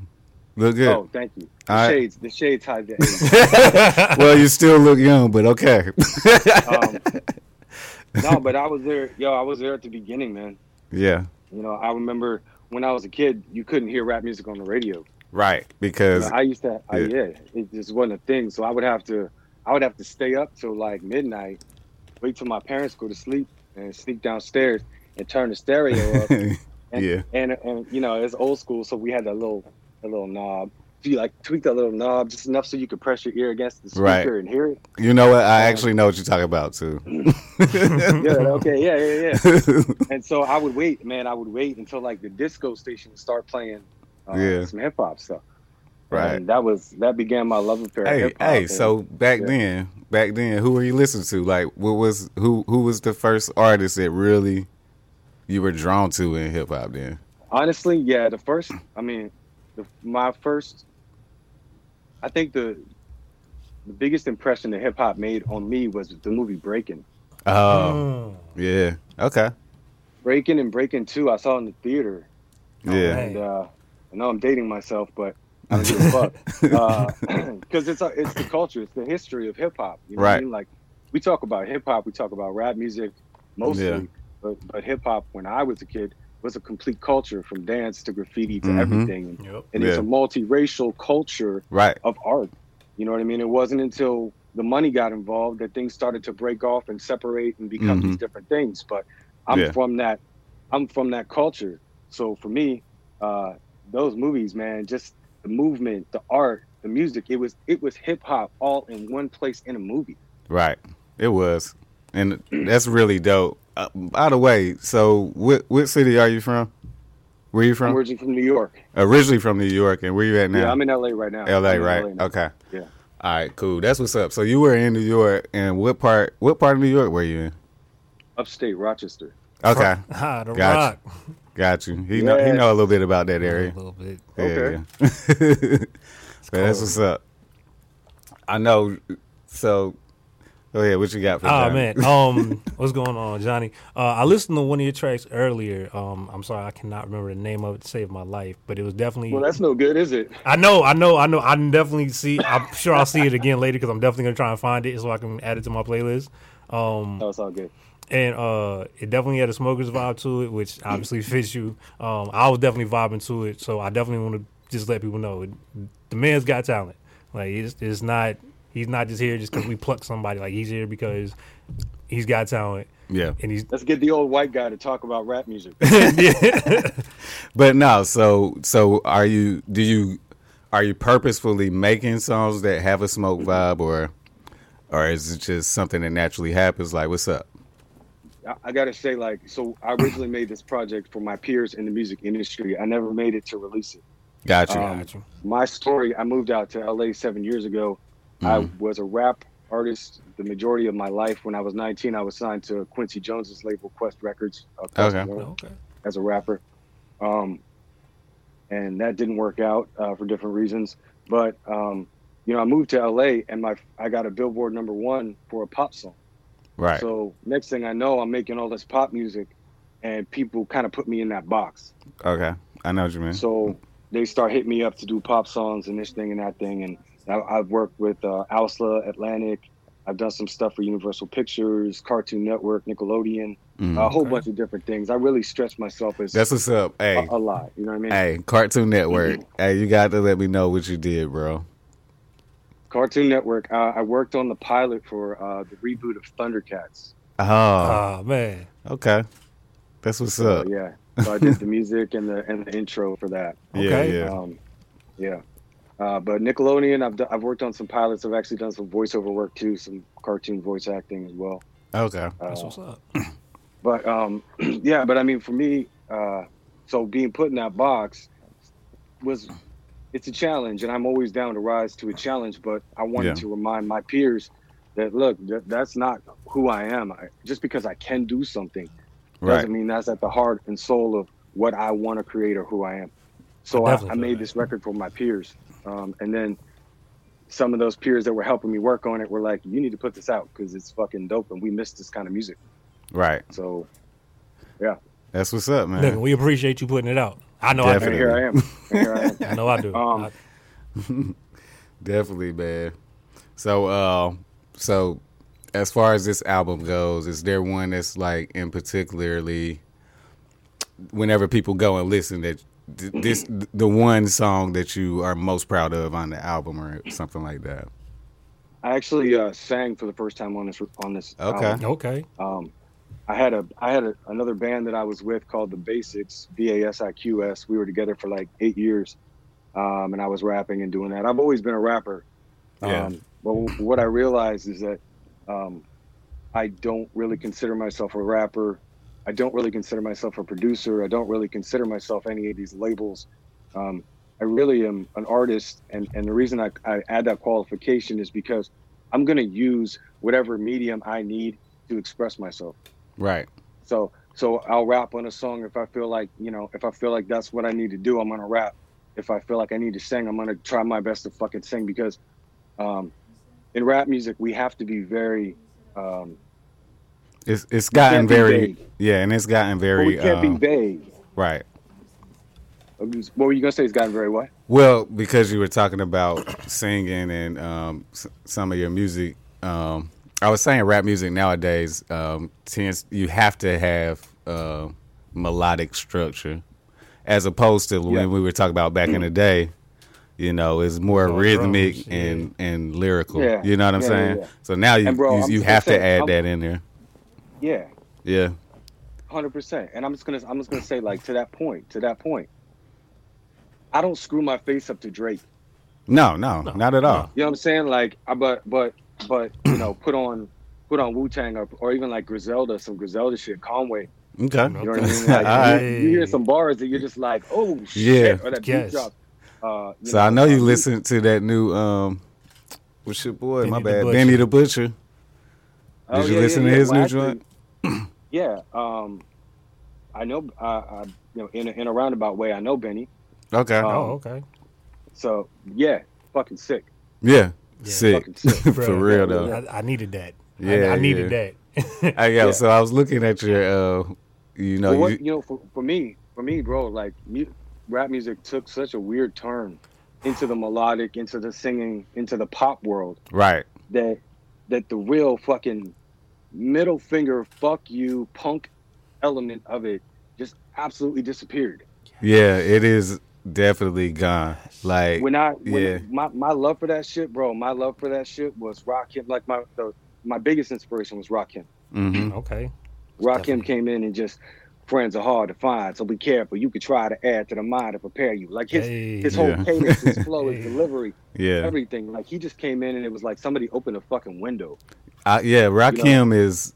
[SPEAKER 1] Look good.
[SPEAKER 4] Oh, thank you. The
[SPEAKER 1] All right.
[SPEAKER 4] shades, the shades hide the age. [laughs]
[SPEAKER 1] well, you still look young, but okay. [laughs]
[SPEAKER 4] Um, no, but I was there. Yo, I was there at the beginning, man.
[SPEAKER 1] yeah.
[SPEAKER 4] You know, I remember when I was a kid, you couldn't hear rap music on the radio.
[SPEAKER 1] Right.
[SPEAKER 4] You
[SPEAKER 1] Because
[SPEAKER 4] know, I used to, I,
[SPEAKER 1] Yeah.
[SPEAKER 4] yeah, it just wasn't a thing. So I would have to, I would have to stay up till like midnight, wait till my parents go to sleep, and sneak downstairs and turn
[SPEAKER 1] [laughs]
[SPEAKER 4] the stereo up. And,
[SPEAKER 1] Yeah.
[SPEAKER 4] and and you know it's old school, so we had that little, a little knob. If you like tweak that little knob just enough so you could press your ear against the speaker
[SPEAKER 1] Right.
[SPEAKER 4] and hear
[SPEAKER 1] [laughs]
[SPEAKER 4] it.
[SPEAKER 1] you know what? I actually know what you're talking about
[SPEAKER 4] [laughs]
[SPEAKER 1] too.
[SPEAKER 4] Yeah, okay, yeah, yeah, yeah. and so I would wait, man. I would wait until like the disco station would start playing uh,
[SPEAKER 1] Yeah.
[SPEAKER 4] some hip hop stuff.
[SPEAKER 1] Right.
[SPEAKER 4] And that was that began my love affair. of
[SPEAKER 1] hey,
[SPEAKER 4] hip-hop,
[SPEAKER 1] hey.
[SPEAKER 4] and-
[SPEAKER 1] So back
[SPEAKER 4] Yeah.
[SPEAKER 1] then, back then, who were you listening to? Like, what was who? Who was the first artist that really you were drawn to in hip hop? Then,
[SPEAKER 4] honestly, yeah, the first. I mean, the, my first. I think the the biggest impression that hip hop made on me was the movie Breaking.
[SPEAKER 1] oh
[SPEAKER 2] Mm.
[SPEAKER 1] yeah, okay,
[SPEAKER 4] Breaking and Breaking Two. I saw in the theater,
[SPEAKER 1] yeah,
[SPEAKER 2] man.
[SPEAKER 4] and uh, I know I'm dating myself,
[SPEAKER 1] [laughs]
[SPEAKER 4] but I don't give a fuck [clears throat] because it's a, it's the culture, it's the history of hip hop. You know What I
[SPEAKER 1] Right.
[SPEAKER 4] mean? Like we talk about hip hop, we talk about rap music mostly,
[SPEAKER 1] Yeah.
[SPEAKER 4] but but hip hop when I was a kid was a complete culture from dance to graffiti to
[SPEAKER 1] Mhm.
[SPEAKER 4] everything. And
[SPEAKER 2] Yep.
[SPEAKER 4] and it's
[SPEAKER 1] Yeah.
[SPEAKER 4] a multiracial culture
[SPEAKER 1] right,
[SPEAKER 4] of art. You know what I mean? It wasn't until the money got involved that things started to break off and separate and become
[SPEAKER 1] Mhm.
[SPEAKER 4] these different things. But I'm
[SPEAKER 1] Yeah.
[SPEAKER 4] from that, I'm from that culture. So for me, uh, those movies, man, just the movement, the art, the music, it was it was hip hop all in one place in a movie.
[SPEAKER 1] right. It was, and that's really dope. Uh, by the way, so what what city are you from? Where you
[SPEAKER 4] I'm
[SPEAKER 1] from?
[SPEAKER 4] originally from New York.
[SPEAKER 1] Originally from New York, and where you at now?
[SPEAKER 4] Yeah, I'm in LA right now.
[SPEAKER 1] LA,
[SPEAKER 4] I'm in
[SPEAKER 1] right?
[SPEAKER 4] now.
[SPEAKER 1] okay.
[SPEAKER 4] Yeah.
[SPEAKER 1] All right, cool. That's what's up. So you were in New York, and what part? What part of New York were you in?
[SPEAKER 4] Upstate Rochester.
[SPEAKER 1] Okay,
[SPEAKER 2] [laughs] Ah, the
[SPEAKER 1] Gotcha.
[SPEAKER 2] rock.
[SPEAKER 1] got you. He know he
[SPEAKER 4] Yeah.
[SPEAKER 1] know a little bit about that
[SPEAKER 2] A
[SPEAKER 1] area.
[SPEAKER 2] little bit.
[SPEAKER 1] Yeah, [laughs]
[SPEAKER 4] Okay.
[SPEAKER 1] yeah. Man, that's
[SPEAKER 2] cold.
[SPEAKER 1] what's up. I know So, go ahead. What you got for
[SPEAKER 2] Oh
[SPEAKER 1] Johnny? [laughs]
[SPEAKER 2] man, um, what's going on, Johnny? Uh, I listened to one of your tracks earlier. Um, I'm sorry, I cannot remember the name of it to save my life, but it was definitely.
[SPEAKER 4] Well, that's no good, is it?
[SPEAKER 2] I know, I know, I know. I definitely see. I'm sure I'll see it again later because I'm definitely gonna try and find it so I can add it to my playlist. Um,
[SPEAKER 4] No, it's all good.
[SPEAKER 2] and uh, it definitely had a smoker's vibe to it, which obviously [laughs] fits you. Um, I was definitely vibing to it, so I definitely want to just let people know it, the man's got talent. Like it's, it's not he's not just here just because we pluck somebody. Like he's here because he's got talent,
[SPEAKER 1] Yeah.
[SPEAKER 2] and he's
[SPEAKER 4] Let's get the old white guy to talk about rap music.
[SPEAKER 1] But no, so so are you? Do you are you purposefully making songs that have a smoke vibe, or or is it just something that naturally happens? Like, what's up?
[SPEAKER 4] I, I gotta say, like, so I originally made this project for my peers in the music industry. I never made it to release it.
[SPEAKER 1] Got you.
[SPEAKER 4] Um, My story: I moved out to LA seven years ago. I was a rap artist the majority of my life. When I was 19, I was signed to Quincy Jones's label, Quest Records, uh, Quest
[SPEAKER 1] Oh, Okay.
[SPEAKER 4] One,
[SPEAKER 2] okay.
[SPEAKER 4] as a rapper. Um, and that didn't work out uh, for different reasons. But um, you know, I moved to LA, and my I got a Billboard number one for a pop song.
[SPEAKER 1] right.
[SPEAKER 4] So next thing I know, I'm making all this pop music, and people kind of put me in that box.
[SPEAKER 1] okay. I know what you mean.
[SPEAKER 4] So they start hitting me up to do pop songs and this thing and that thing. And I, I've worked with uh, Ausla, Atlantic. I've done some stuff for Universal Pictures, Cartoon Network, Nickelodeon,
[SPEAKER 1] Mhm.
[SPEAKER 4] a whole
[SPEAKER 2] okay.
[SPEAKER 4] bunch of different things. I really stretch myself as
[SPEAKER 1] That's what's up. Hey,
[SPEAKER 4] a, a lot. You know what I mean?
[SPEAKER 1] hey, Cartoon Network.
[SPEAKER 4] mm-hmm.
[SPEAKER 1] Hey, you got to let me know what you did, bro.
[SPEAKER 4] Cartoon Network. Uh, I worked on the pilot for uh, the reboot of Thundercats.
[SPEAKER 1] Oh,
[SPEAKER 2] Ah man,
[SPEAKER 1] okay. That's what's
[SPEAKER 4] So,
[SPEAKER 1] up.
[SPEAKER 4] yeah, so I did the music and the and the intro for that.
[SPEAKER 2] Okay.
[SPEAKER 1] Yeah, yeah.
[SPEAKER 4] Um, yeah. Uh, but Nickelodeon, I've, do- I've worked on some pilots. I've actually done some voiceover work too, some cartoon voice acting as well.
[SPEAKER 1] Okay.
[SPEAKER 4] Uh,
[SPEAKER 2] that's what's up.
[SPEAKER 4] but um, [clears throat] yeah, but I mean, for me, uh, so being put in that box was it's a challenge, and I'm always down to rise to a challenge. But I wanted
[SPEAKER 1] Yeah.
[SPEAKER 4] to remind my peers that look, that, that's not who I am. I, just because I can do something
[SPEAKER 1] Right.
[SPEAKER 4] doesn't mean that's at the heart and soul of what I want to create or who I am. So
[SPEAKER 2] I
[SPEAKER 4] I,
[SPEAKER 2] definitely
[SPEAKER 4] I
[SPEAKER 2] feel
[SPEAKER 4] made
[SPEAKER 2] that.
[SPEAKER 4] this record for my peers, um, and then some of those peers that were helping me work on it were like, "You need to put this out because it's fucking dope, and we miss this kind of music."
[SPEAKER 1] Right.
[SPEAKER 4] So
[SPEAKER 1] That's what's up,
[SPEAKER 2] Look,
[SPEAKER 1] man.
[SPEAKER 2] we appreciate you putting it out. I know
[SPEAKER 4] and
[SPEAKER 1] Definitely.
[SPEAKER 4] here I am. And here I am.
[SPEAKER 2] I do. I know I [laughs] do.
[SPEAKER 4] Um,
[SPEAKER 2] I-
[SPEAKER 1] Definitely, man. So, uh, so as far as this album goes, is there one that's like in particularly whenever people go and listen that th- this
[SPEAKER 4] Mm-hmm.
[SPEAKER 1] the one song that you are most proud of on the album or something like that?
[SPEAKER 4] I actually uh, sang for the first time on this on this.
[SPEAKER 1] Okay.
[SPEAKER 4] album.
[SPEAKER 2] okay.
[SPEAKER 4] Um, I had a I had a, another band that I was with called the Basics B A S I Q S. We were together for like eight years, um, and I was rapping and doing that. I've always been a rapper.
[SPEAKER 1] Yeah.
[SPEAKER 4] Um, but what I realized is that um, I don't really consider myself a rapper. I don't really consider myself a producer. I don't really consider myself any of these labels. Um, I really am an artist, and, and the reason I, I add that qualification is because I'm going to use whatever medium I need to express myself.
[SPEAKER 1] Right.
[SPEAKER 4] So so I'll rap on a song if I feel like you know if I feel like that's what I need to do. I'm gonna rap. If I feel like I need to sing, I'm gonna try my best to fucking sing because um, in rap music we have to be very um,
[SPEAKER 1] It's it's gotten
[SPEAKER 4] can't be
[SPEAKER 1] very
[SPEAKER 4] vague.
[SPEAKER 1] yeah, and it's gotten
[SPEAKER 4] well, we
[SPEAKER 1] very
[SPEAKER 4] can't
[SPEAKER 1] uh,
[SPEAKER 4] be vague.
[SPEAKER 1] right.
[SPEAKER 4] What were you gonna say? It's gotten very what?
[SPEAKER 1] Well, because you were talking about singing and um, s- some of your music, um, I was saying rap music nowadays um, tends you have to have uh, melodic structure, as opposed to
[SPEAKER 4] Yeah.
[SPEAKER 1] when we were talking about back in the day. You know, it's more
[SPEAKER 2] More
[SPEAKER 1] rhythmic
[SPEAKER 2] drums, yeah.
[SPEAKER 1] and, and lyrical.
[SPEAKER 4] Yeah.
[SPEAKER 1] You know what I'm
[SPEAKER 4] Yeah, yeah,
[SPEAKER 1] saying?
[SPEAKER 4] yeah.
[SPEAKER 1] So now you
[SPEAKER 4] And bro,
[SPEAKER 1] you,
[SPEAKER 4] I'm
[SPEAKER 1] you
[SPEAKER 4] just
[SPEAKER 1] have to
[SPEAKER 4] gonna say,
[SPEAKER 1] add
[SPEAKER 4] I'm-
[SPEAKER 1] that in there.
[SPEAKER 4] Yeah,
[SPEAKER 1] Yeah,
[SPEAKER 4] hundred percent. And I'm just gonna I'm just gonna say like to that point to that point. I don't screw my face up to Drake.
[SPEAKER 1] no, no, not at all.
[SPEAKER 4] You know what I'm saying? Like, I, but but but you know, put on put on Wu Tang or, or even like Griselda, some Griselda shit, Conway.
[SPEAKER 1] Okay,
[SPEAKER 4] You know what I
[SPEAKER 1] [laughs]
[SPEAKER 4] mean?
[SPEAKER 1] All
[SPEAKER 4] Like,
[SPEAKER 1] right.
[SPEAKER 4] you, you hear some bars that you're just like, oh shit,
[SPEAKER 1] Yeah.
[SPEAKER 4] or that
[SPEAKER 2] Yes.
[SPEAKER 4] beat drop. Uh,
[SPEAKER 1] So I know
[SPEAKER 4] uh,
[SPEAKER 1] you
[SPEAKER 4] beat-
[SPEAKER 1] listen to that new um what's your boy, my
[SPEAKER 2] Benny the
[SPEAKER 1] bad.
[SPEAKER 2] Butcher.
[SPEAKER 1] Benny the Butcher.
[SPEAKER 4] Oh,
[SPEAKER 1] Did you listen to his new
[SPEAKER 4] actually- [clears throat]
[SPEAKER 1] joint?
[SPEAKER 4] yeah, um, I know. Uh, I, you know, in a, in a roundabout way, I know Benny.
[SPEAKER 2] um,
[SPEAKER 1] Okay.
[SPEAKER 4] Uh,
[SPEAKER 2] Oh, okay.
[SPEAKER 4] So yeah, fucking sick.
[SPEAKER 1] yeah. Sick.
[SPEAKER 4] Fucking
[SPEAKER 1] [laughs] [laughs]
[SPEAKER 4] sick.
[SPEAKER 1] For real though.
[SPEAKER 2] I, I needed that. I-
[SPEAKER 1] Yeah,
[SPEAKER 2] I, needed that. [laughs]
[SPEAKER 1] I yeah,
[SPEAKER 4] Yeah.
[SPEAKER 1] so I was looking at your uh you know
[SPEAKER 4] But what,
[SPEAKER 1] you,
[SPEAKER 4] you know, for, for me, for me, bro, like mu- rap music took such a weird turn into the melodic, into the singing, into the pop world
[SPEAKER 1] right.
[SPEAKER 4] that that the real fucking middle finger fuck you punk element of it just absolutely disappeared.
[SPEAKER 1] Yeah, it is definitely gone. Like
[SPEAKER 4] When I when
[SPEAKER 1] yeah.
[SPEAKER 4] my, my love for that shit, bro, my love for that shit was Rock Him. Like my the, my biggest inspiration was Rock Him.
[SPEAKER 1] mhm.
[SPEAKER 2] okay.
[SPEAKER 4] Rakim came in and just friends are hard to find, so be careful. You could try to add to the mind to prepare you. Like his
[SPEAKER 2] Hey.
[SPEAKER 4] his whole
[SPEAKER 1] Yeah.
[SPEAKER 4] cadence, his flow,
[SPEAKER 2] [laughs]
[SPEAKER 4] his
[SPEAKER 2] Hey.
[SPEAKER 4] delivery,
[SPEAKER 1] Yeah.
[SPEAKER 4] everything. Like he just came in and it was like somebody opened a fucking window.
[SPEAKER 1] I, yeah, Rakim is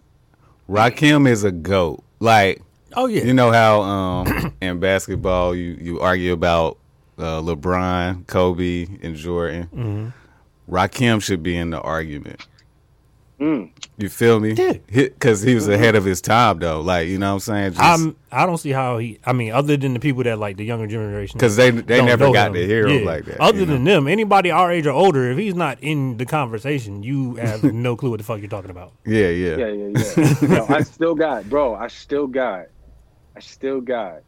[SPEAKER 1] Rakim is a goat. Like
[SPEAKER 2] Oh yeah.
[SPEAKER 1] you know how um [clears throat] in basketball you you argue about uh, LeBron, Kobe, and Jordan.
[SPEAKER 2] Mm-hmm.
[SPEAKER 1] Rakim should be in the argument.
[SPEAKER 4] Mm.
[SPEAKER 1] You feel me?
[SPEAKER 2] Yeah. Mm-hmm.
[SPEAKER 1] Because he, was ahead of his time, though. Like you know what I'm saying? Just-
[SPEAKER 2] I'm- I don't see how he. I mean, other than the people that like the younger generation,
[SPEAKER 1] 'Cause they- they
[SPEAKER 2] don't
[SPEAKER 1] never
[SPEAKER 2] know
[SPEAKER 1] got
[SPEAKER 2] him.
[SPEAKER 1] to hear him like that,
[SPEAKER 2] Other
[SPEAKER 1] you
[SPEAKER 2] than them, anybody our age or older, if he's not in the conversation,
[SPEAKER 1] [laughs]
[SPEAKER 2] you have no clue what the fuck you're talking about.
[SPEAKER 1] yeah, yeah,
[SPEAKER 4] Yeah, yeah, yeah. Yo,
[SPEAKER 1] [laughs]
[SPEAKER 4] I still got, bro. I still got, I still got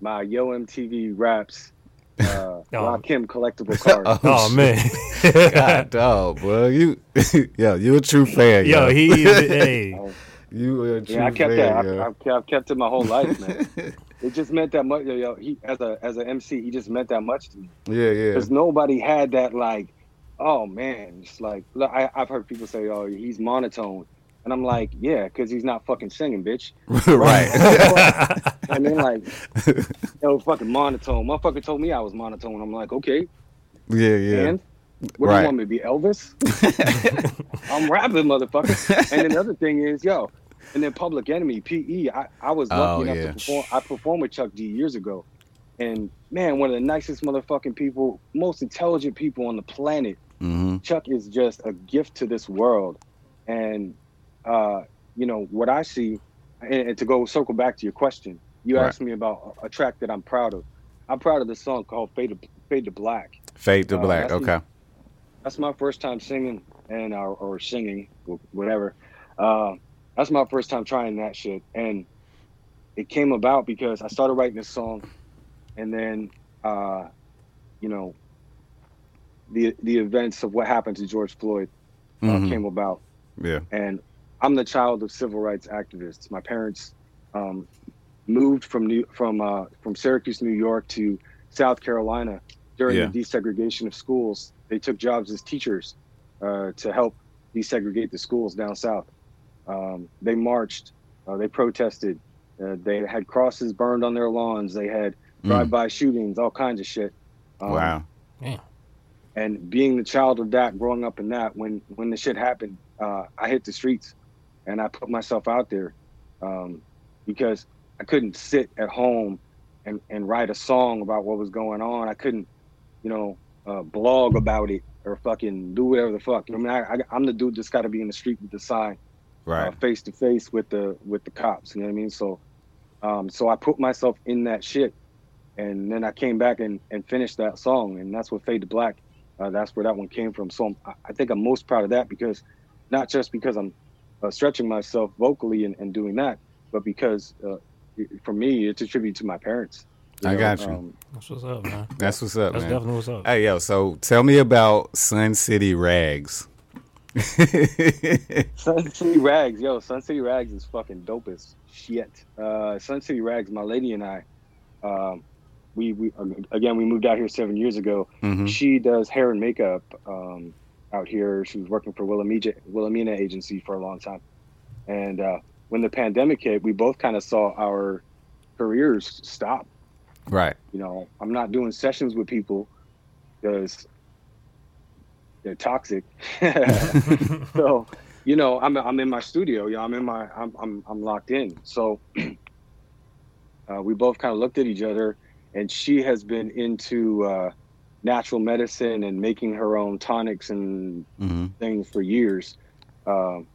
[SPEAKER 4] my Yo MTV raps.
[SPEAKER 1] [laughs]
[SPEAKER 4] Uh,
[SPEAKER 1] Um,
[SPEAKER 4] Rakim collectible card.
[SPEAKER 2] Oh, man, [laughs]
[SPEAKER 1] God, dog, bro, you, [laughs] yo, you a true fan, yo.
[SPEAKER 2] yo, he is. hey,
[SPEAKER 1] [laughs] you a true
[SPEAKER 4] Yeah, I kept
[SPEAKER 1] fan,
[SPEAKER 4] that.
[SPEAKER 1] yo.
[SPEAKER 4] I, I've, I've kept it my whole life, man. it just meant that much. Yo, yo, he as a as an MC, he just meant that much to me
[SPEAKER 1] [laughs] yeah, yeah,
[SPEAKER 4] because nobody had that. Like, oh man, it's like look, I, I've heard people say, "Oh, he's monotone," and I'm like, "Yeah, because he's not fucking singing, bitch."
[SPEAKER 1] [laughs]
[SPEAKER 4] [laughs]
[SPEAKER 1] right.
[SPEAKER 4] and then like, yo, fucking monotone. Motherfucker told me I was monotone. I'm like, okay,
[SPEAKER 1] [laughs] Yeah, yeah.
[SPEAKER 4] and what do
[SPEAKER 1] Right.
[SPEAKER 4] you want me to be,
[SPEAKER 1] [laughs]
[SPEAKER 4] Elvis? I'm rapping, motherfucker. And then the other thing is, yo, and then Public Enemy, PE. I, I was lucky
[SPEAKER 1] Oh,
[SPEAKER 4] enough
[SPEAKER 1] yeah.
[SPEAKER 4] to perform. I performed with Chuck D years ago, and man, one of the nicest motherfucking people, most intelligent people on the planet.
[SPEAKER 1] hmm
[SPEAKER 4] Chuck is just a gift to this world, and uh, you know what I see. And, and to go circle back to your question, you
[SPEAKER 1] Right.
[SPEAKER 4] asked me about a, a track that I'm proud of. I'm proud of this song called "Fade to, Fade to Black."
[SPEAKER 1] Fade to
[SPEAKER 4] Uh,
[SPEAKER 1] black.
[SPEAKER 4] that's-
[SPEAKER 1] Okay.
[SPEAKER 4] that's my first time singing and or, or singing wh- whatever uh, that's my first time trying that shit and it came about because i started writing this song and then uh, you know the the events of what happened to george floyd uh,
[SPEAKER 2] Mm-hmm.
[SPEAKER 1] Mhm.
[SPEAKER 4] came about
[SPEAKER 1] Yeah.
[SPEAKER 4] and i'm the child of civil rights activists my parents um, moved from new from uh, from syracuse new york to south carolina during
[SPEAKER 1] Yeah.
[SPEAKER 4] the desegregation of schools they took jobs as teachers uh, to help desegregate the schools down south um, they marched uh, they protested uh, they had crosses burned on their lawns they had drive-by shootings all kinds of shit um,
[SPEAKER 1] Mm.
[SPEAKER 2] Mm.
[SPEAKER 1] wow.
[SPEAKER 4] and being the child of that growing up in that when when the shit happened uh, i hit the streets and i put myself out there um, because i couldn't sit at home and, and write a song about what was going on i couldn't you know uh, blog about it or fucking do whatever the fuck i mean I, I, i'm the dude that's got to be in the street with the sign uh,
[SPEAKER 1] Right.
[SPEAKER 4] face to face with the with the cops. You know what I mean? So, um, so I put myself in that shit, and then I came back and and finished that song, and that's what Fade to Black. Uh, that's where that one came from. So I'm, I- I think I'm most proud of that because, not just because I'm uh, stretching myself vocally and, and doing that, but because uh, it, for me it's a tribute to my parents. Um,
[SPEAKER 1] I got you.
[SPEAKER 2] that's what's up, man.
[SPEAKER 1] That's what's up,
[SPEAKER 2] That's
[SPEAKER 1] man.
[SPEAKER 2] definitely what's up.
[SPEAKER 1] Hey yo, so tell me about Sun City
[SPEAKER 2] [laughs]
[SPEAKER 1] Rags.
[SPEAKER 2] Mm-hmm.
[SPEAKER 4] Sun City Rags, yo, Sun City Rags is fucking dope as shit. Uh, Sun City Rags, my lady and I, um, we we um, again we moved out here seven years ago.
[SPEAKER 1] Mhm.
[SPEAKER 4] She does hair and makeup um, out here. She was working for Wilhelmina, Wilhelmina Agency for a long time, and uh, when the pandemic hit, we both kind of saw our careers stop
[SPEAKER 1] Right.
[SPEAKER 4] you know i'm not doing sessions with people because they're toxic [laughs] so you know i'm, I'm in my studio you know i'm in my i'm i'm, I'm locked in so [clears throat] uh, we both kind of looked at each other and she has been into uh, natural medicine and making her own tonics and
[SPEAKER 1] hmm
[SPEAKER 2] Mm-hmm.
[SPEAKER 4] things for years um,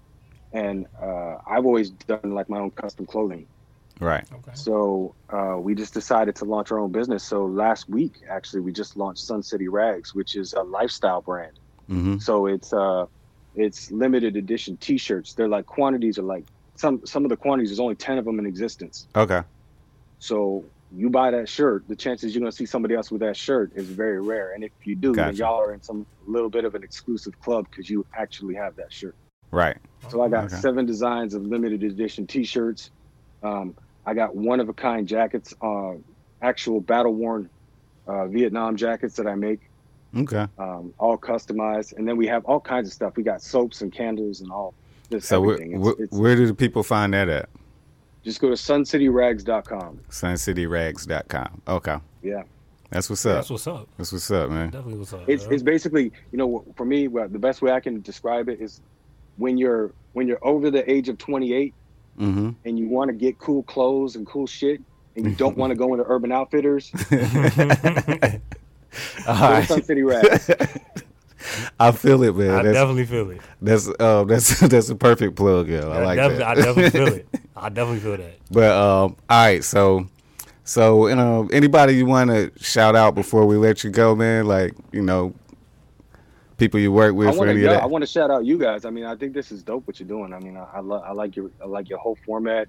[SPEAKER 4] and uh, i've always done like my own custom clothing
[SPEAKER 1] Right.
[SPEAKER 2] Okay.
[SPEAKER 4] so uh, we just decided to launch our own business. So last week, actually, we just launched Sun City Rags, which is a lifestyle brand.
[SPEAKER 1] Mm-hmm.
[SPEAKER 4] So it's uh, it's limited edition T-shirts. They're like quantities are like some some of the quantities. There's only ten of them in existence.
[SPEAKER 1] Okay.
[SPEAKER 4] So you buy that shirt, the chances you're gonna see somebody else with that shirt is very rare. And if you do, then
[SPEAKER 1] Gotcha.
[SPEAKER 4] y'all are in some little bit of an exclusive club because you actually have that shirt.
[SPEAKER 1] Right.
[SPEAKER 4] So I got
[SPEAKER 1] Okay.
[SPEAKER 4] seven designs of limited edition T-shirts. Um, I got one of a kind jackets, uh, actual battle worn uh, Vietnam jackets that I make,
[SPEAKER 1] Okay.
[SPEAKER 4] um, all customized. And then we have all kinds of stuff. We got soaps and candles and all this
[SPEAKER 1] So where,
[SPEAKER 4] everything.
[SPEAKER 1] where,
[SPEAKER 4] It's- it's-
[SPEAKER 1] where do the people find that at?
[SPEAKER 4] just go to suncityrags.com.
[SPEAKER 1] SunCityRags.com. Okay.
[SPEAKER 4] Yeah.
[SPEAKER 1] That's what's up.
[SPEAKER 2] That's what's up.
[SPEAKER 1] That's what's up, man.
[SPEAKER 2] Definitely what's up.
[SPEAKER 4] It's
[SPEAKER 1] Uh-huh.
[SPEAKER 2] bro.
[SPEAKER 4] it's basically you know for me well, the best way I can describe it is when you're when you're over the age of 28
[SPEAKER 1] Mm-hmm.
[SPEAKER 4] and you want to get cool clothes and cool shit and you don't want to go into Urban Outfitters.
[SPEAKER 1] All
[SPEAKER 4] Go to
[SPEAKER 1] right.
[SPEAKER 4] Sun City Rags.
[SPEAKER 1] [laughs] I feel it, man.
[SPEAKER 2] I
[SPEAKER 1] that's
[SPEAKER 2] definitely feel it.
[SPEAKER 1] that's uh, [laughs] that's that's a perfect plug, girl. I
[SPEAKER 2] I,
[SPEAKER 1] like
[SPEAKER 2] definitely,
[SPEAKER 1] that.
[SPEAKER 2] I definitely feel
[SPEAKER 1] [laughs]
[SPEAKER 2] it. I definitely feel that.
[SPEAKER 1] But um, all right, so so you know, anybody you want to shout out before we let you go, man? Like you know, people you work
[SPEAKER 4] I
[SPEAKER 1] with or
[SPEAKER 4] want
[SPEAKER 1] any
[SPEAKER 4] to
[SPEAKER 1] of that.
[SPEAKER 4] I want to shout out you guys. I mean, I think this is dope what you're doing. I mean, I, I, lo- I like your I like your whole format.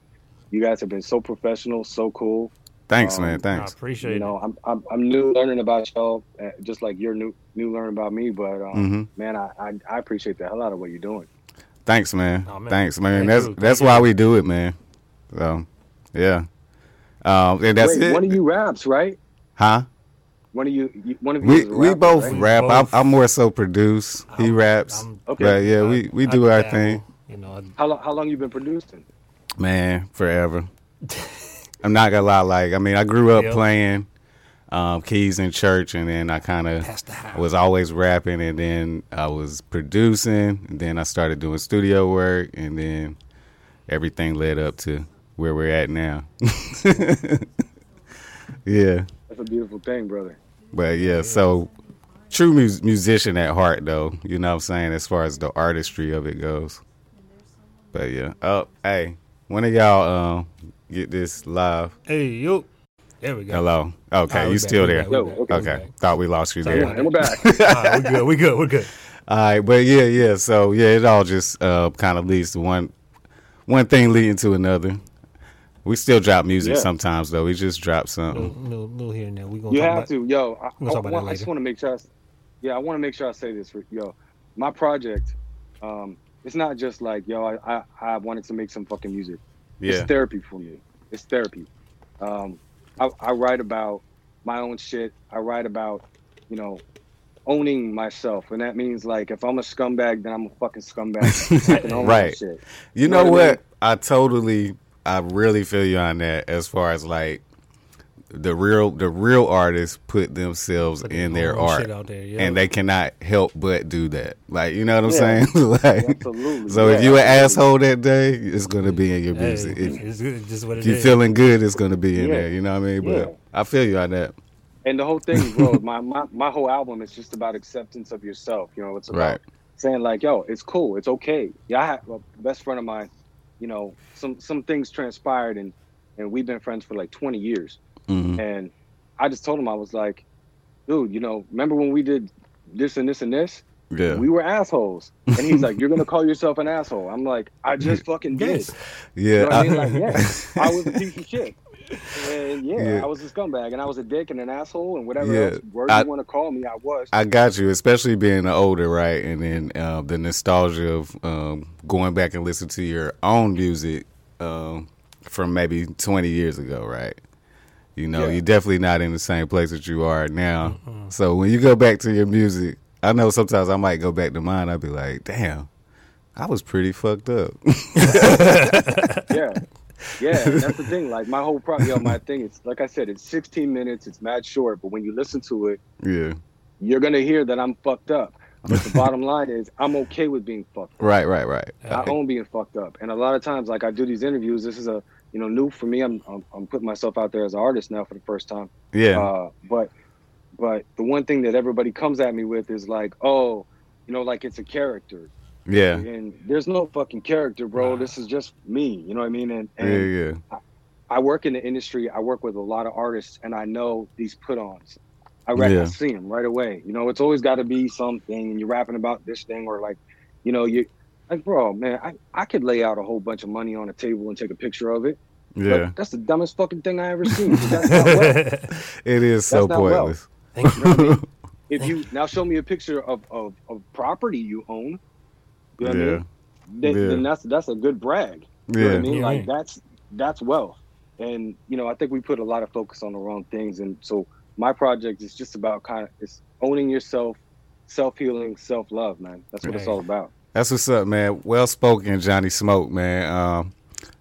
[SPEAKER 4] You guys have been so professional, so cool.
[SPEAKER 1] thanks,
[SPEAKER 4] um,
[SPEAKER 1] man.
[SPEAKER 2] I
[SPEAKER 1] Thanks.
[SPEAKER 2] appreciate
[SPEAKER 4] You know, I'm I'm, I'm new learning about y'all, uh, just like you're new new learning about me. But um,
[SPEAKER 1] hmm
[SPEAKER 4] man, I, I I appreciate the hell out of what you're doing.
[SPEAKER 1] Thanks, man.
[SPEAKER 2] Aw, man.
[SPEAKER 1] Thanks, man.
[SPEAKER 2] Thank
[SPEAKER 1] that's
[SPEAKER 2] you.
[SPEAKER 1] that's
[SPEAKER 2] Thank
[SPEAKER 1] why
[SPEAKER 2] you.
[SPEAKER 1] we do it, man. So yeah, um, and that's
[SPEAKER 4] Wait,
[SPEAKER 1] it,
[SPEAKER 4] one of you raps, right?
[SPEAKER 1] huh?
[SPEAKER 4] One of you, you one of you.
[SPEAKER 1] We
[SPEAKER 4] is a
[SPEAKER 1] we
[SPEAKER 4] rapper,
[SPEAKER 1] both
[SPEAKER 4] right?
[SPEAKER 2] We
[SPEAKER 1] rap.
[SPEAKER 2] both-
[SPEAKER 1] I'm, I'm more so produce. he
[SPEAKER 2] I'm-
[SPEAKER 1] raps.
[SPEAKER 2] I'm-
[SPEAKER 1] okay.
[SPEAKER 4] Okay.
[SPEAKER 1] But yeah,
[SPEAKER 2] it. I-
[SPEAKER 1] we, we
[SPEAKER 2] I
[SPEAKER 1] do our
[SPEAKER 2] dabble,
[SPEAKER 1] thing,
[SPEAKER 2] You know, I-
[SPEAKER 4] How long how long you been producing?
[SPEAKER 1] man. Forever. I'm not gonna lie. Like I mean, I grew up
[SPEAKER 2] Yeah.
[SPEAKER 1] playing um, keys in church, and then I kind of
[SPEAKER 2] that's the
[SPEAKER 1] I
[SPEAKER 2] high.
[SPEAKER 1] was always rapping, and then I was producing, and then I started doing studio work, and then everything led up to where we're at now. [laughs] yeah,
[SPEAKER 4] That's a beautiful thing, brother.
[SPEAKER 1] but yeah, so true mu- musician at heart, though. You know what I'm saying, as far as the artistry of it goes. But yeah, oh hey, one of y'all um, get this live.
[SPEAKER 2] Hey, yo. There we go.
[SPEAKER 1] Hello, Oh, okay,
[SPEAKER 2] All right,
[SPEAKER 1] you
[SPEAKER 2] we
[SPEAKER 1] still
[SPEAKER 2] back, we
[SPEAKER 1] there?
[SPEAKER 2] back, we back,
[SPEAKER 4] No, okay.
[SPEAKER 2] we
[SPEAKER 1] Okay,
[SPEAKER 2] back.
[SPEAKER 1] thought we lost you
[SPEAKER 2] Sorry.
[SPEAKER 1] there.
[SPEAKER 4] Yeah, and we're back.
[SPEAKER 2] All right, we good. We good.
[SPEAKER 1] [laughs]
[SPEAKER 2] We're good.
[SPEAKER 1] All right, but yeah, yeah. So yeah, it all just uh, kind of leads to one one thing leading to another. We still drop music
[SPEAKER 4] Yeah.
[SPEAKER 1] sometimes though. We just drop
[SPEAKER 2] Little,
[SPEAKER 1] something.
[SPEAKER 2] little, little here and there. We gonna
[SPEAKER 4] You
[SPEAKER 2] talk
[SPEAKER 4] have
[SPEAKER 2] about,
[SPEAKER 4] to, yo. I,
[SPEAKER 2] We'll talk about
[SPEAKER 4] I
[SPEAKER 2] that
[SPEAKER 4] want- I
[SPEAKER 2] later.
[SPEAKER 4] just want to make sure. I, s- yeah, I want to make sure I say this, Rick, yo. My project, um, it's not just like yo. I, I I wanted to make some fucking music.
[SPEAKER 1] Yeah.
[SPEAKER 2] Mm-hmm.
[SPEAKER 4] It's therapy for me. It's therapy. Um, I, I write about my own shit. I write about, you know, owning myself, and that means like if I'm a scumbag, then I'm a
[SPEAKER 2] [laughs]
[SPEAKER 4] fucking scumbag. I can own my
[SPEAKER 1] Right.
[SPEAKER 4] Shit.
[SPEAKER 1] You
[SPEAKER 4] know
[SPEAKER 1] know
[SPEAKER 4] what I mean?
[SPEAKER 1] what? I totally, I really feel you on that. As far as like the real, the real artists put themselves
[SPEAKER 2] Put their
[SPEAKER 1] in their
[SPEAKER 2] own
[SPEAKER 1] art,
[SPEAKER 2] shit out there, yeah.
[SPEAKER 1] and they cannot help but do that. Like you know what I'm
[SPEAKER 4] Yeah.
[SPEAKER 1] saying? [laughs] like,
[SPEAKER 4] Absolutely.
[SPEAKER 1] so if
[SPEAKER 4] Yeah,
[SPEAKER 1] you an
[SPEAKER 4] absolutely.
[SPEAKER 1] asshole that day, it's gonna be in your
[SPEAKER 2] Hey,
[SPEAKER 1] music. If-
[SPEAKER 2] it's good. It's just what it
[SPEAKER 1] if you're
[SPEAKER 2] is.
[SPEAKER 1] feeling good, it's gonna be in
[SPEAKER 4] Yeah.
[SPEAKER 1] there. You know what I mean? But
[SPEAKER 4] Yeah.
[SPEAKER 1] I feel you on that.
[SPEAKER 4] and the whole
[SPEAKER 1] [laughs]
[SPEAKER 4] thing, bro. my, my my whole album is just about acceptance of yourself. You know, it's about
[SPEAKER 1] Right.
[SPEAKER 4] saying like, "Yo, it's cool, it's okay." Yeah, I have a best friend of mine. You know, some some things transpired, and and we've been friends for like 20 years.
[SPEAKER 1] Mhm.
[SPEAKER 4] And I just told him I was like, "Dude, you know, remember when we did this and this and this?
[SPEAKER 1] Yeah.
[SPEAKER 4] We were assholes." And he's like, "You're gonna call yourself an asshole?" I'm like, "I just fucking did."
[SPEAKER 2] Yes.
[SPEAKER 1] yeah. [laughs]
[SPEAKER 4] You know what I mean?
[SPEAKER 1] I-
[SPEAKER 4] Like, yeah, I was a piece of shit. And yeah,
[SPEAKER 1] Yeah.
[SPEAKER 4] I was a scumbag and I was a dick and an asshole and whatever
[SPEAKER 1] Yeah,
[SPEAKER 4] else word
[SPEAKER 1] I-
[SPEAKER 4] you want to call me, I was.
[SPEAKER 1] I got you, especially being older, right? And then uh, the nostalgia of um, going back and listen to your own music um, from maybe 20 years ago, right? You know,
[SPEAKER 4] Yeah.
[SPEAKER 1] you're definitely not in the same place that you are now. So when you go back to your music, I know sometimes I might go back to mine. I'd be like, damn, I was pretty fucked up. [laughs]
[SPEAKER 4] yeah. Yeah, and that's the thing. Like my whole pro, yo, my thing is like I said, it's 16 minutes. It's mad short, but when you listen to it,
[SPEAKER 1] yeah.
[SPEAKER 4] you're gonna hear that I'm fucked up. But the bottom line is, I'm okay with being fucked. up.
[SPEAKER 1] Right, right, right.
[SPEAKER 4] I own being fucked up. And a lot of times, like I do these interviews. This is a you know new for me. I'm I'm, I'm putting myself out there as an artist now for the first time.
[SPEAKER 1] Yeah.
[SPEAKER 4] Uh, but but the one thing that everybody comes at me with is like, oh, you know, like it's a character,
[SPEAKER 1] yeah.
[SPEAKER 4] and there's no fucking character, bro.
[SPEAKER 2] Nah.
[SPEAKER 4] This is just me. You know what I mean? And,
[SPEAKER 1] Yeah,
[SPEAKER 4] and
[SPEAKER 1] yeah.
[SPEAKER 4] I work in the industry. I work with a lot of artists, and I know these put-ons. I, rec-
[SPEAKER 1] Yeah.
[SPEAKER 4] I see him right away. You know, it's always got to be something. and You're rapping about this thing, or like, you know, you like, bro, man, I, I could lay out a whole bunch of money on a table and take a picture of it. but
[SPEAKER 1] Yeah,
[SPEAKER 4] that's the dumbest fucking thing I ever seen. That's
[SPEAKER 1] [laughs]
[SPEAKER 4] not wealth.
[SPEAKER 1] it is so
[SPEAKER 4] That's not wealth.
[SPEAKER 1] pointless.
[SPEAKER 2] Thank you.
[SPEAKER 4] if you now show me a picture of of, of property you own, you know what I
[SPEAKER 1] yeah,
[SPEAKER 4] mean? Then,
[SPEAKER 1] Yeah.
[SPEAKER 4] then that's that's a good brag. You know what I
[SPEAKER 1] yeah,
[SPEAKER 4] mean?
[SPEAKER 2] Yeah.
[SPEAKER 4] Like that's that's wealth. And you know, I think we put a lot of focus on the wrong things. And so my project is just about kind of it's owning yourself, self healing, self love, man. That's what it's
[SPEAKER 2] Right.
[SPEAKER 4] all about.
[SPEAKER 1] that's what's up, man. Well spoken, Johnny Smoke, man. Um,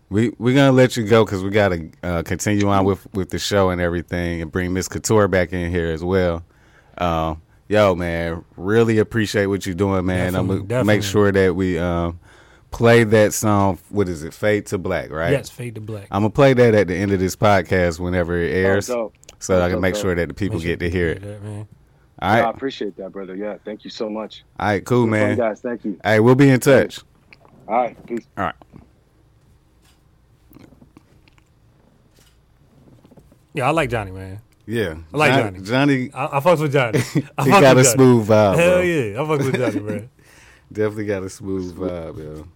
[SPEAKER 1] we we're gonna let you go because we gotta uh, continue on with with the show and everything, and bring Miss Couture back in here as well. Um, yo, man, really appreciate what you're doing, man.
[SPEAKER 2] Definitely,
[SPEAKER 1] I'm gonna make
[SPEAKER 2] definitely.
[SPEAKER 1] sure that we um, play that song. What is it? Fade to Black, right?
[SPEAKER 2] Yes, fade to black.
[SPEAKER 1] I'm gonna play that at the end of this podcast whenever it airs,
[SPEAKER 4] so
[SPEAKER 1] so I can
[SPEAKER 4] dope,
[SPEAKER 1] make
[SPEAKER 4] dope.
[SPEAKER 1] sure that the people
[SPEAKER 2] Make sure
[SPEAKER 1] get to
[SPEAKER 2] you
[SPEAKER 1] hear it.
[SPEAKER 2] that, man.
[SPEAKER 1] All
[SPEAKER 4] I
[SPEAKER 1] right,
[SPEAKER 4] appreciate that, brother. Yeah, thank you so much.
[SPEAKER 1] all right, cool,
[SPEAKER 4] Have
[SPEAKER 1] man.
[SPEAKER 4] fun, guys, thank you.
[SPEAKER 1] Hey, we'll be in touch.
[SPEAKER 4] All right, peace.
[SPEAKER 1] All right.
[SPEAKER 2] Yeah, I like Johnny, man.
[SPEAKER 1] Yeah,
[SPEAKER 2] I like
[SPEAKER 1] Johnny. Johnny,
[SPEAKER 2] I, I fucks
[SPEAKER 1] [laughs]
[SPEAKER 2] with Johnny. I fucks
[SPEAKER 1] he
[SPEAKER 2] with
[SPEAKER 1] got a
[SPEAKER 2] Johnny.
[SPEAKER 1] smooth vibe.
[SPEAKER 2] Hell
[SPEAKER 1] bro.
[SPEAKER 2] yeah, I fucks with
[SPEAKER 1] [laughs]
[SPEAKER 2] Johnny, man.
[SPEAKER 1] Definitely got a smooth vibe, yo.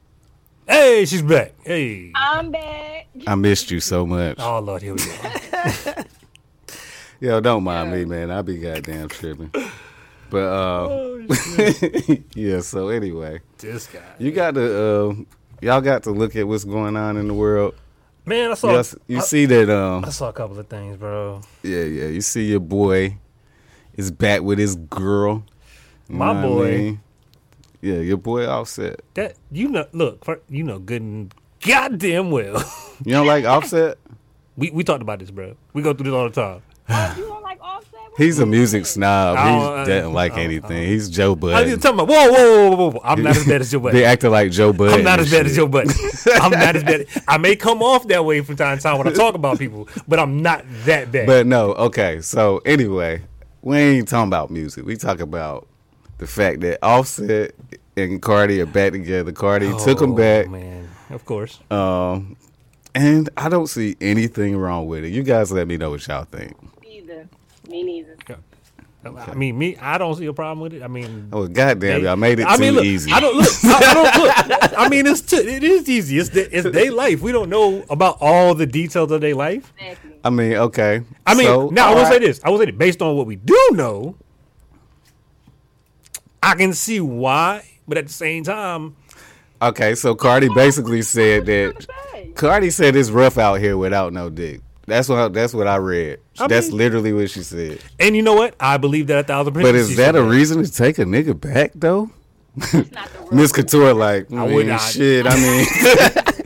[SPEAKER 2] Hey, she's back. Hey.
[SPEAKER 1] [sighs]
[SPEAKER 3] I'm back.
[SPEAKER 1] I missed you so much.
[SPEAKER 2] Oh Lord, here we
[SPEAKER 1] [laughs]
[SPEAKER 2] go.
[SPEAKER 1] Yo, don't mind me, man. I be goddamn tripping.
[SPEAKER 2] [laughs]
[SPEAKER 1] But uh, [laughs]
[SPEAKER 2] Oh,
[SPEAKER 1] yeah. So anyway,
[SPEAKER 2] this guy.
[SPEAKER 1] you got to uh, y'all got to look at what's going on in the world.
[SPEAKER 2] Man, I saw.
[SPEAKER 1] Y'all s- you see that um,
[SPEAKER 2] I saw a couple of things, bro.
[SPEAKER 1] Yeah, yeah. You see your boy is back with his girl. You
[SPEAKER 2] My
[SPEAKER 1] know what I
[SPEAKER 2] boy.
[SPEAKER 1] mean? Yeah, your boy offset.
[SPEAKER 2] That you know, look, fir- you know, good and goddamn well. [laughs]
[SPEAKER 1] You don't like offset?
[SPEAKER 2] we we talked about this, bro. We go through this all the time.
[SPEAKER 3] Oh, you don't like Offset? What
[SPEAKER 1] He's a
[SPEAKER 3] you
[SPEAKER 1] music
[SPEAKER 3] think?
[SPEAKER 1] snob.
[SPEAKER 2] Oh, uh,
[SPEAKER 1] He doesn't like
[SPEAKER 2] oh,
[SPEAKER 1] anything. He's Joe
[SPEAKER 2] I was
[SPEAKER 1] Budden.
[SPEAKER 2] just talking about. Whoa, whoa, whoa, whoa, whoa! I'm not as bad as your
[SPEAKER 1] [laughs]
[SPEAKER 2] buddy.
[SPEAKER 1] They acting like Joe Budden.
[SPEAKER 2] I'm not
[SPEAKER 1] and
[SPEAKER 2] as bad
[SPEAKER 1] shit.
[SPEAKER 2] as your buddy. I'm not
[SPEAKER 1] [laughs]
[SPEAKER 2] as bad. I may come off that way from time to time when I talk about people, but I'm not that bad.
[SPEAKER 1] But no, okay. So anyway, we ain't talking about music. We talk about the fact that Offset and Cardi are back together. Cardi took him
[SPEAKER 2] Oh,
[SPEAKER 1] back.
[SPEAKER 2] man. Of course.
[SPEAKER 1] Um, and I don't see anything wrong with it. You guys let me know what y'all think.
[SPEAKER 3] Neither. Me neither.
[SPEAKER 2] I mean, me. I don't see a problem with it. I mean,
[SPEAKER 1] Oh goddamn!
[SPEAKER 2] They-
[SPEAKER 1] Y'all made it
[SPEAKER 2] I
[SPEAKER 1] too
[SPEAKER 2] mean, look,
[SPEAKER 1] easy.
[SPEAKER 2] I don't look. I, I don't look. I mean, it's t- it is easy. It's the, it's their life. We don't know about all the details of their life.
[SPEAKER 3] Exactly.
[SPEAKER 1] I mean, okay.
[SPEAKER 2] I mean,
[SPEAKER 1] So,
[SPEAKER 2] now I
[SPEAKER 1] all
[SPEAKER 2] will say
[SPEAKER 1] right.
[SPEAKER 2] this. I will say this. Based on what we do know, I can see why. But at the same time,
[SPEAKER 1] Okay, so Cardi basically said that.
[SPEAKER 3] What you gonna say?
[SPEAKER 1] Cardi said it's rough out here without no dick. That's what that's what I read.
[SPEAKER 2] I
[SPEAKER 1] that's
[SPEAKER 2] mean-
[SPEAKER 1] literally what she said.
[SPEAKER 2] and you know what? I believe that a thousand percent.
[SPEAKER 1] But is
[SPEAKER 2] [laughs] she
[SPEAKER 1] that a
[SPEAKER 2] said
[SPEAKER 1] reason to take a nigga back though?
[SPEAKER 3] That's not the real
[SPEAKER 1] Miss Couture, like, I
[SPEAKER 2] I would
[SPEAKER 1] mean,
[SPEAKER 2] not.
[SPEAKER 1] shit.
[SPEAKER 2] [laughs]
[SPEAKER 1] I mean,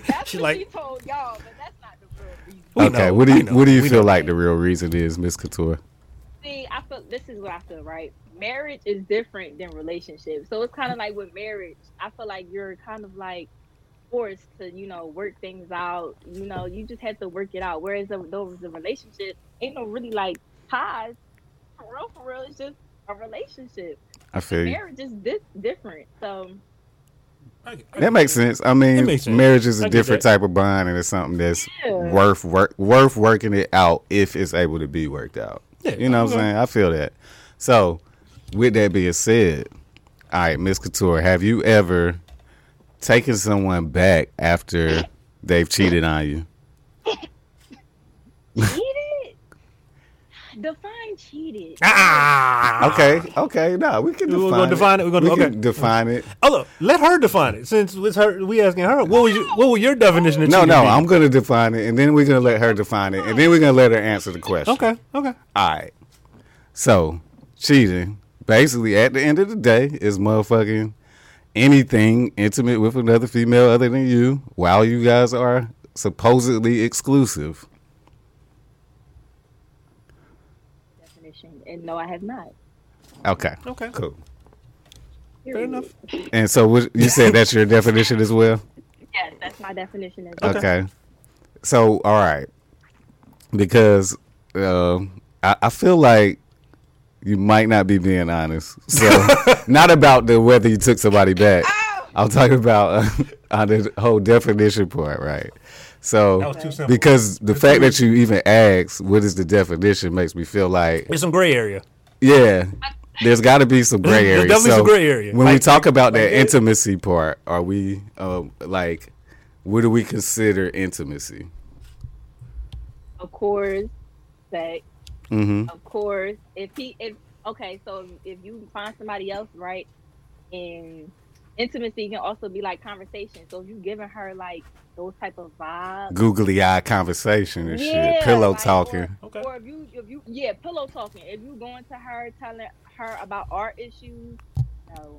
[SPEAKER 3] That's
[SPEAKER 2] She
[SPEAKER 3] what
[SPEAKER 2] like-
[SPEAKER 3] she told y'all, but that's not the real reason.
[SPEAKER 2] We
[SPEAKER 1] okay.
[SPEAKER 2] know,
[SPEAKER 1] what do
[SPEAKER 2] we
[SPEAKER 1] you
[SPEAKER 2] know,
[SPEAKER 1] what do you
[SPEAKER 2] we
[SPEAKER 1] feel
[SPEAKER 2] know.
[SPEAKER 1] like the real reason is, Miss Couture?
[SPEAKER 3] See, I feel this is what I feel, right? Marriage is different than relationships. So it's kind of like with marriage, I feel like you're kind of like forced to, you know, work things out. You know, you just have to work it out. Whereas the, those the relationship ain't no really like ties. For real, for real, it's just a relationship.
[SPEAKER 1] I feel you.
[SPEAKER 3] Marriage is this different. So
[SPEAKER 2] that.
[SPEAKER 1] That makes sense. I mean,
[SPEAKER 2] It makes sense.
[SPEAKER 1] marriage is a
[SPEAKER 2] I get
[SPEAKER 1] different
[SPEAKER 2] that.
[SPEAKER 1] type of bond, and it's something that's
[SPEAKER 3] Yeah.
[SPEAKER 1] worth work worth working it out if it's able to be worked out.
[SPEAKER 2] Yeah,
[SPEAKER 1] you know what I'm
[SPEAKER 2] okay.
[SPEAKER 1] saying? I feel that. So, with that being said, all right, Miss Couture, have you ever taken someone back after they've cheated on you?
[SPEAKER 3] cheated? Define cheated.
[SPEAKER 2] Ah.
[SPEAKER 1] Okay, okay, no, we can
[SPEAKER 2] We're
[SPEAKER 1] define,
[SPEAKER 2] gonna define it, we're gonna-
[SPEAKER 1] we
[SPEAKER 2] okay.
[SPEAKER 1] can define it.
[SPEAKER 2] Oh, look, let her define it. Since it's her, we asking her. What was your, what was your definition of
[SPEAKER 1] No,
[SPEAKER 2] cheating
[SPEAKER 1] no,
[SPEAKER 2] be?
[SPEAKER 1] I'm gonna define it, and then we're gonna let her define it, and then we're gonna let her answer the question.
[SPEAKER 2] okay. Okay.
[SPEAKER 1] All right. So cheating, basically, at the end of the day, is motherfucking anything intimate with another female other than you, while you guys are supposedly exclusive.
[SPEAKER 3] Definition. And no, I have not.
[SPEAKER 1] Okay.
[SPEAKER 2] Okay.
[SPEAKER 1] Cool.
[SPEAKER 2] Fair enough.
[SPEAKER 1] And so what, you said that's your definition as well.
[SPEAKER 3] Yes, that's my definition. As well.
[SPEAKER 1] Okay. So all right, because um I, I feel like you might not be being honest. So
[SPEAKER 2] [laughs]
[SPEAKER 1] not about the whether you took somebody back.
[SPEAKER 2] Oh.
[SPEAKER 1] I'm talking about uh, [laughs] on the whole definition part, right? So
[SPEAKER 2] That was too simple.
[SPEAKER 1] because the fact that you even asked what is the definition makes me feel like
[SPEAKER 2] There's some gray area.
[SPEAKER 1] yeah, there's got to be some gray
[SPEAKER 2] Mm, There's
[SPEAKER 1] area.
[SPEAKER 2] definitely
[SPEAKER 1] so
[SPEAKER 2] some gray area.
[SPEAKER 1] When we
[SPEAKER 2] Like-
[SPEAKER 1] talk about that
[SPEAKER 2] like-
[SPEAKER 1] intimacy part, are we uh, like, what do we consider intimacy?
[SPEAKER 3] Of course, sex.
[SPEAKER 1] Mm-hmm.
[SPEAKER 3] Of course, if he if okay, so if you find somebody else right, and intimacy can also be like conversation. So if you giving her like those type of vibes.
[SPEAKER 1] Googly eye conversation and shit, pillow
[SPEAKER 3] like,
[SPEAKER 1] talking.
[SPEAKER 3] Or,
[SPEAKER 2] Okay.
[SPEAKER 3] or if you, if you, yeah, pillow talking. If you going to her, telling her about our issues, no,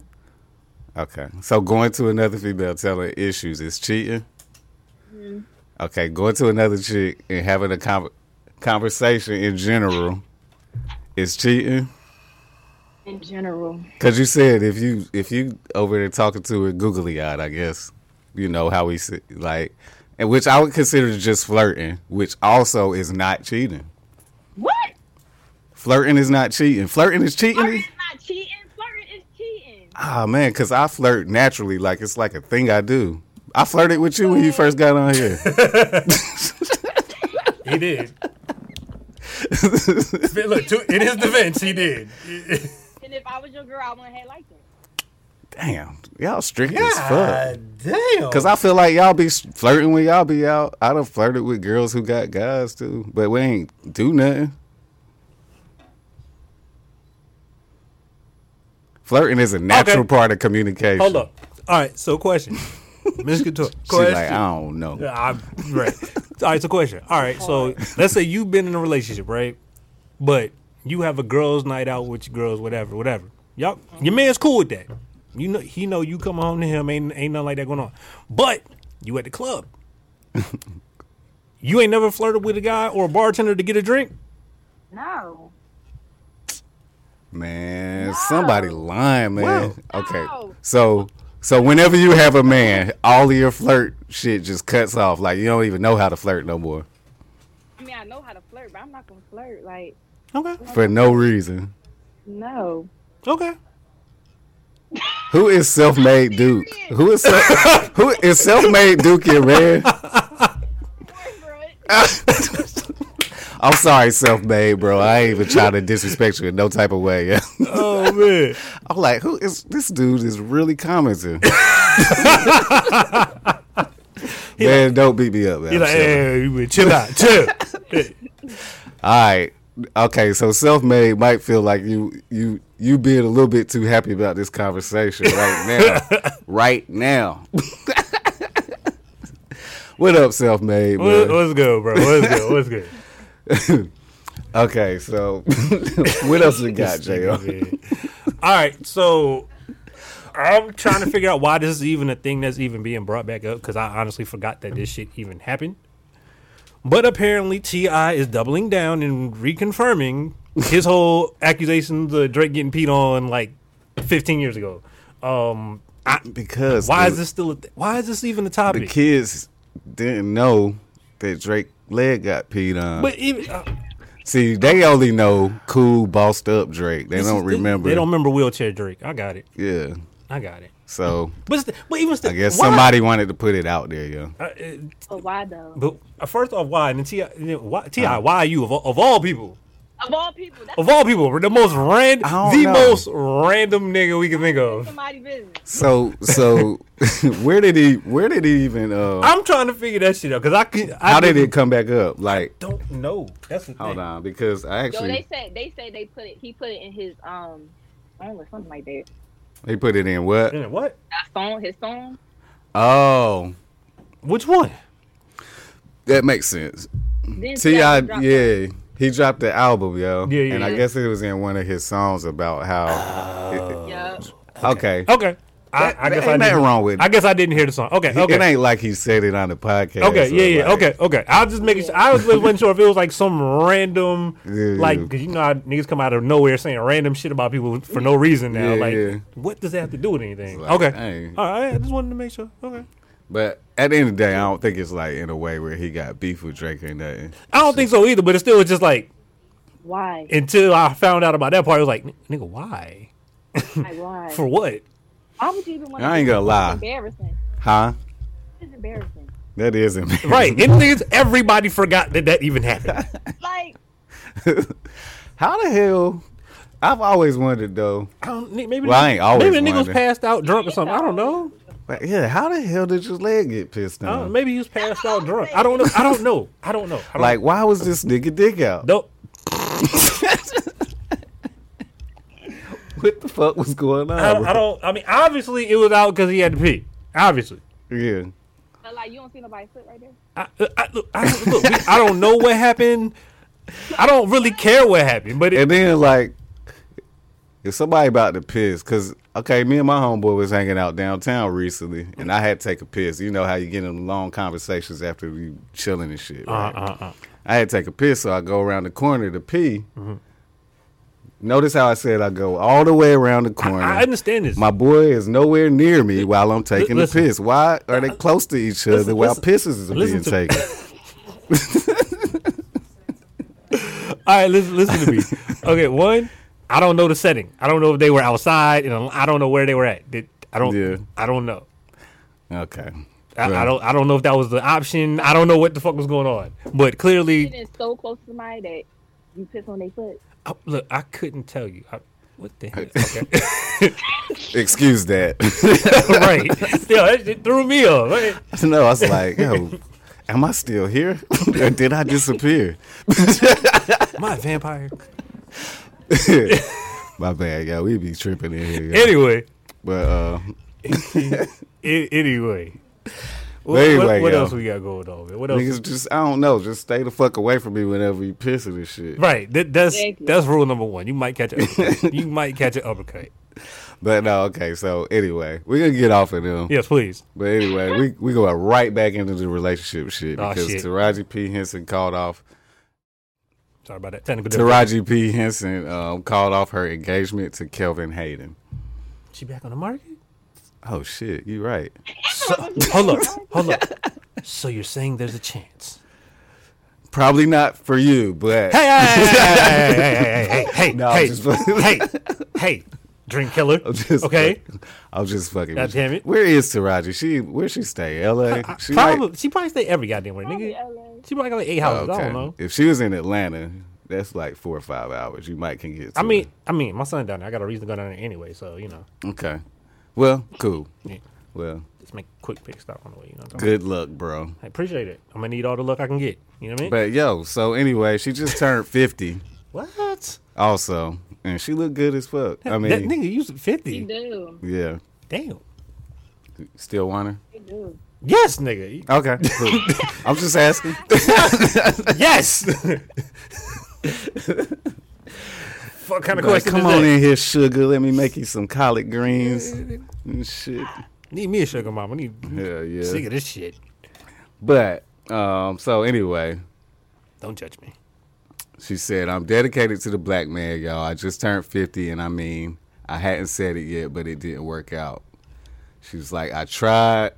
[SPEAKER 1] Okay, so going to another female telling issues is cheating. Okay, going to another chick and having a con- conversation in general is cheating.
[SPEAKER 3] in general,
[SPEAKER 1] Cause you said if you if you over there talking to it googly eyed, I guess you know how we sit like, and which I would consider just flirting, which also is not cheating.
[SPEAKER 3] what?
[SPEAKER 1] Flirting is not cheating. Flirting is cheating.
[SPEAKER 3] Flirting is not cheating. Flirting is cheating.
[SPEAKER 1] Ah man, cause I flirt naturally, like it's like a thing I do. I flirted with you when you first got on here. [laughs]
[SPEAKER 2] He did. Look, to, in his defense, he did.
[SPEAKER 3] And if I was your girl, I wouldn't have liked it.
[SPEAKER 1] Damn, y'all strict as fuck.
[SPEAKER 2] God damn.
[SPEAKER 1] Cause I feel like y'all be flirting when y'all be out. I done flirted with girls who got guys too, but we ain't do nothing. Flirting is a natural
[SPEAKER 2] Okay.
[SPEAKER 1] part of communication.
[SPEAKER 2] Hold up. All right.
[SPEAKER 1] [laughs]
[SPEAKER 2] So question, Miss Couture.
[SPEAKER 1] She
[SPEAKER 2] Question.
[SPEAKER 1] like, I don't know.
[SPEAKER 2] Yeah, I'm right. All right, so question. All right, so let's say you've been in a relationship, right? But you have a girls' night out with your girls, whatever, whatever. Y'all, your man's cool with that. You know, he know you come home to him ain't ain't nothing like that going on. But you at the club. you ain't never flirted with a guy or a bartender to get a drink.
[SPEAKER 3] No.
[SPEAKER 1] Man, somebody lying, man.
[SPEAKER 3] Wow.
[SPEAKER 1] Okay.
[SPEAKER 3] Wow.
[SPEAKER 1] So so whenever you have a man, all of your flirt shit just cuts off. Like you don't even know how to flirt no more.
[SPEAKER 3] I mean, I know how to flirt, but I'm not gonna flirt. Like,
[SPEAKER 2] Okay,
[SPEAKER 1] For no reason.
[SPEAKER 3] no.
[SPEAKER 2] okay.
[SPEAKER 1] Who is self made Duke? Who is self [laughs] who is self made Duke your man? I'm sorry, self made, bro. I ain't even trying to disrespect you in no type of way.
[SPEAKER 2] Oh man,
[SPEAKER 1] [laughs] I'm like, who is this dude is really
[SPEAKER 2] [laughs]
[SPEAKER 1] commenting? man, don't beat me up, man. [laughs]
[SPEAKER 2] you
[SPEAKER 1] I'm
[SPEAKER 2] like, eh.
[SPEAKER 1] sorry.
[SPEAKER 2] hey, you been- chill
[SPEAKER 1] [laughs]
[SPEAKER 2] out, chill.
[SPEAKER 1] All right. Okay, so self-made might feel like you you you being a little bit too happy about this conversation
[SPEAKER 2] [laughs]
[SPEAKER 1] right now. right now. [laughs] what up, self-made?
[SPEAKER 2] What-
[SPEAKER 1] Man?
[SPEAKER 2] What's good, bro? What's good? What's good?
[SPEAKER 1] Okay, [laughs] so what else we got, JR?
[SPEAKER 2] All right, so I'm trying to figure out why this is even a thing that's even being brought back up because I honestly forgot that this shit even happened. But apparently, Ti is doubling down and reconfirming his whole accusations of Drake getting peed on like 15 years ago. Um,
[SPEAKER 1] Because
[SPEAKER 2] why
[SPEAKER 1] the,
[SPEAKER 2] is this still? A th- why is this even a
[SPEAKER 1] the
[SPEAKER 2] topic?
[SPEAKER 1] kids didn't know that Drake leg got peed on.
[SPEAKER 2] but even, uh,
[SPEAKER 1] See, they only know cool, bossed up Drake. They
[SPEAKER 2] this
[SPEAKER 1] don't
[SPEAKER 2] is-
[SPEAKER 1] remember.
[SPEAKER 2] They don't remember wheelchair Drake. I got it.
[SPEAKER 1] Yeah.
[SPEAKER 2] I got it.
[SPEAKER 1] So
[SPEAKER 2] But st- but even still,
[SPEAKER 1] I guess
[SPEAKER 2] why-
[SPEAKER 1] somebody wanted to put it out there, yo.
[SPEAKER 2] uh, uh,
[SPEAKER 3] But why though?
[SPEAKER 2] But uh, first off, why? And then Ti, and then why, Ti,
[SPEAKER 1] Uh-huh.
[SPEAKER 2] why you of all, of all people?
[SPEAKER 3] Of all people, that's
[SPEAKER 2] Of all people, the most random,
[SPEAKER 1] I don't
[SPEAKER 2] the
[SPEAKER 1] know.
[SPEAKER 2] most random nigga we can think of.
[SPEAKER 3] somebody's business.
[SPEAKER 1] So so [laughs] where did he where did he even uh
[SPEAKER 2] I'm trying to figure that shit out because I can. I
[SPEAKER 1] how did
[SPEAKER 2] didn't-
[SPEAKER 1] it come back up? Like
[SPEAKER 2] Don't know. That's the thing.
[SPEAKER 1] hold on because I
[SPEAKER 3] Yo,
[SPEAKER 1] actually
[SPEAKER 3] they said they said they put it. He put it in his um, song or something like that.
[SPEAKER 1] he put it in what?
[SPEAKER 2] Then What?
[SPEAKER 3] That song, his song.
[SPEAKER 1] Oh,
[SPEAKER 2] Which one?
[SPEAKER 1] that makes sense. [laughs]
[SPEAKER 3] Then
[SPEAKER 1] Ti
[SPEAKER 3] dropped it.
[SPEAKER 1] yeah he dropped the album yo
[SPEAKER 2] Yeah, yeah,
[SPEAKER 1] and I
[SPEAKER 2] yeah. Ah,
[SPEAKER 1] guess it was in one of his songs about how
[SPEAKER 3] Yup.
[SPEAKER 1] okay.
[SPEAKER 2] Okay. I,
[SPEAKER 1] That-
[SPEAKER 2] I guess
[SPEAKER 1] ain't
[SPEAKER 2] I
[SPEAKER 1] nothing
[SPEAKER 2] didn't.
[SPEAKER 1] wrong with it.
[SPEAKER 2] I guess I didn't hear the song. Okay.
[SPEAKER 1] He-
[SPEAKER 2] Okay.
[SPEAKER 1] It ain't like he said it on the podcast.
[SPEAKER 2] Okay,
[SPEAKER 1] or
[SPEAKER 2] yeah, yeah,
[SPEAKER 1] like-
[SPEAKER 2] okay, okay. I was just making sure. I was just wasn't sure if it was like some random,
[SPEAKER 1] Yeah,
[SPEAKER 2] like,
[SPEAKER 1] yeah.
[SPEAKER 2] because you know how niggas come out of nowhere saying random shit about people for no reason now.
[SPEAKER 1] Yeah,
[SPEAKER 2] like,
[SPEAKER 1] yeah.
[SPEAKER 2] what does that have to do with
[SPEAKER 1] It's
[SPEAKER 2] anything?
[SPEAKER 1] like,
[SPEAKER 2] okay.
[SPEAKER 1] hey.
[SPEAKER 2] All right, I just wanted to make sure. Okay.
[SPEAKER 1] But at the end of the day, I don't think it's like in a way where he got beef with Drake or nothing.
[SPEAKER 2] I don't think so either, but it still was just like,
[SPEAKER 3] Why?
[SPEAKER 2] until I found out about that part, I was like, "N- nigga, why?
[SPEAKER 3] Like, why?
[SPEAKER 1] [laughs]
[SPEAKER 2] For what?
[SPEAKER 3] why would you even want?
[SPEAKER 1] I ain't gonna lie.
[SPEAKER 3] Embarrassing.
[SPEAKER 1] Huh?
[SPEAKER 3] It's embarrassing.
[SPEAKER 1] That is embarrassing.
[SPEAKER 2] Right. And niggas, everybody forgot that that even happened.
[SPEAKER 3] Like,
[SPEAKER 1] How the hell? I've always wondered though.
[SPEAKER 2] I don't, ne- maybe
[SPEAKER 1] Well,
[SPEAKER 2] the-
[SPEAKER 1] I ain't always
[SPEAKER 2] maybe the nigga was
[SPEAKER 1] wondered.
[SPEAKER 2] passed out drunk or something. I don't know.
[SPEAKER 1] Like, yeah, how the hell did your leg get pissed
[SPEAKER 2] I don't,
[SPEAKER 1] on?
[SPEAKER 2] maybe he was passed out drunk. I don't know. I don't know. I don't know. I don't,
[SPEAKER 1] Like, why was this nigga dick out?
[SPEAKER 2] don't,
[SPEAKER 1] What the fuck was going on?
[SPEAKER 2] I, don't, I don't. I mean, obviously it was out because he had to pee. Obviously.
[SPEAKER 1] bro? Yeah.
[SPEAKER 3] But like, you don't see nobody foot right there.
[SPEAKER 2] I, uh, I, look, I, don't- look, we- I don't know what happened. I don't really care what happened, but it,
[SPEAKER 1] And then like, if somebody about to piss, cause okay, me and my homeboy was hanging out downtown recently, and I had to take a piss. You know how you get in long conversations after you chilling and shit.
[SPEAKER 2] uh,
[SPEAKER 1] Right?
[SPEAKER 2] uh, uh.
[SPEAKER 1] I had to take a piss, so I go around the corner to pee.
[SPEAKER 2] Mm-hmm.
[SPEAKER 1] Notice how I said I go all the way around the corner.
[SPEAKER 2] I understand this.
[SPEAKER 1] my boy is nowhere near me while I'm taking
[SPEAKER 2] listen. Uh,
[SPEAKER 1] the piss. Why are they close to each other
[SPEAKER 2] listen,
[SPEAKER 1] while
[SPEAKER 2] listen,
[SPEAKER 1] pisses is
[SPEAKER 2] listen
[SPEAKER 1] being
[SPEAKER 2] to-
[SPEAKER 1] taken?
[SPEAKER 2] All right, listen, listen to me. Okay, one, I don't know the setting. I don't know if they were outside, and I don't know where they were at. Did- I don't.
[SPEAKER 1] Yeah.
[SPEAKER 2] I don't know.
[SPEAKER 1] Okay.
[SPEAKER 2] I, I
[SPEAKER 1] Right.
[SPEAKER 2] don't. I don't know if that was the option. I don't know what the fuck was going on. But
[SPEAKER 3] It
[SPEAKER 2] clearly,
[SPEAKER 3] is so close to somebody that you piss on their foot.
[SPEAKER 2] I, look, I couldn't tell you. I, what the hell? [laughs] Okay.
[SPEAKER 1] Excuse that. [laughs]
[SPEAKER 2] right. Still, that shit threw me off. Right?
[SPEAKER 1] No, I was like, yo, am I still here? [laughs] or did I disappear?
[SPEAKER 2] Am I a vampire?
[SPEAKER 1] My bad, yo. We be tripping in here. yo.
[SPEAKER 2] Anyway.
[SPEAKER 1] But uh,
[SPEAKER 2] I- anyway. What,
[SPEAKER 1] anyway,
[SPEAKER 2] what, what
[SPEAKER 1] yo.
[SPEAKER 2] else we got going on? Man? What else?
[SPEAKER 1] niggas just, I don't know. Just stay the fuck away from me whenever you pissing and shit.
[SPEAKER 2] Right. That, that's
[SPEAKER 3] Exactly.
[SPEAKER 2] that's rule number one. You might catch an [laughs] uppercut. you might catch an uppercut.
[SPEAKER 1] But no, okay. So anyway, we're going to get off of them.
[SPEAKER 2] Yes, please.
[SPEAKER 1] But anyway, we we going right back into the relationship shit
[SPEAKER 2] Aw,
[SPEAKER 1] because
[SPEAKER 2] Ah, shit.
[SPEAKER 1] Taraji P. Henson called off.
[SPEAKER 2] Sorry about that. Technical difficulty.
[SPEAKER 1] Taraji P. Henson um, called off her engagement to Kelvin Hayden.
[SPEAKER 2] She back on the market?
[SPEAKER 1] Oh shit, you right.
[SPEAKER 2] So, hold up. Hold up. So you're saying there's a chance?
[SPEAKER 1] Probably not for you, but
[SPEAKER 2] Hey, hey, hey, hey, hey, hey, hey, hey,
[SPEAKER 1] No, I'm
[SPEAKER 2] hey,
[SPEAKER 1] just
[SPEAKER 2] hey, hey, drink killer.
[SPEAKER 1] I'm [laughs] just
[SPEAKER 2] okay.
[SPEAKER 1] fucking- I'm just fucking.
[SPEAKER 2] God
[SPEAKER 1] with
[SPEAKER 2] damn
[SPEAKER 1] you.
[SPEAKER 2] it. Uh,
[SPEAKER 1] Where is Taraji? She where she stay? L.A. She
[SPEAKER 2] probably,
[SPEAKER 1] might-
[SPEAKER 2] she probably stay every goddamn where,
[SPEAKER 3] Probably
[SPEAKER 2] nigga.
[SPEAKER 3] LA.
[SPEAKER 2] She probably got like eight
[SPEAKER 1] Oh,
[SPEAKER 2] houses. I don't know.
[SPEAKER 1] If she was in Atlanta, that's like four or five hours. You might can get. To
[SPEAKER 2] I mean,
[SPEAKER 1] her.
[SPEAKER 2] I mean, my son down there. I got a reason to go down there anyway. So you know,
[SPEAKER 1] okay. Well, cool.
[SPEAKER 2] yeah,
[SPEAKER 1] Well,
[SPEAKER 2] just make a quick pick stop on the way. You know, what I'm talking
[SPEAKER 1] good luck, bro.
[SPEAKER 2] about? I appreciate it. I'm gonna need all the luck I can get. You know what I mean?
[SPEAKER 1] But yo, so anyway, she just turned fifty,
[SPEAKER 2] what?
[SPEAKER 1] also, and she looked good as fuck. I
[SPEAKER 2] that
[SPEAKER 1] mean,
[SPEAKER 2] nigga used
[SPEAKER 3] They
[SPEAKER 2] fifty.
[SPEAKER 3] do.
[SPEAKER 1] yeah,
[SPEAKER 2] Damn.
[SPEAKER 1] still want
[SPEAKER 3] They do.
[SPEAKER 2] Yes, nigga.
[SPEAKER 1] her. Okay,
[SPEAKER 2] [laughs]
[SPEAKER 1] cool. I'm just asking. [laughs]
[SPEAKER 2] Yes. Fuck kind of
[SPEAKER 1] Like,
[SPEAKER 2] question
[SPEAKER 1] come
[SPEAKER 2] is
[SPEAKER 1] on
[SPEAKER 2] that?
[SPEAKER 1] in here, sugar. Let me make you some collard greens and shit.
[SPEAKER 2] Need me a sugar mama. I need
[SPEAKER 1] Yeah, yeah.
[SPEAKER 2] sick of this shit.
[SPEAKER 1] But um, so anyway,
[SPEAKER 2] Don't judge me.
[SPEAKER 1] she said, "I'm dedicated to the black man, y'all. I just turned 50, and I mean, I hadn't said it yet, but it didn't work out." She was like, "I tried.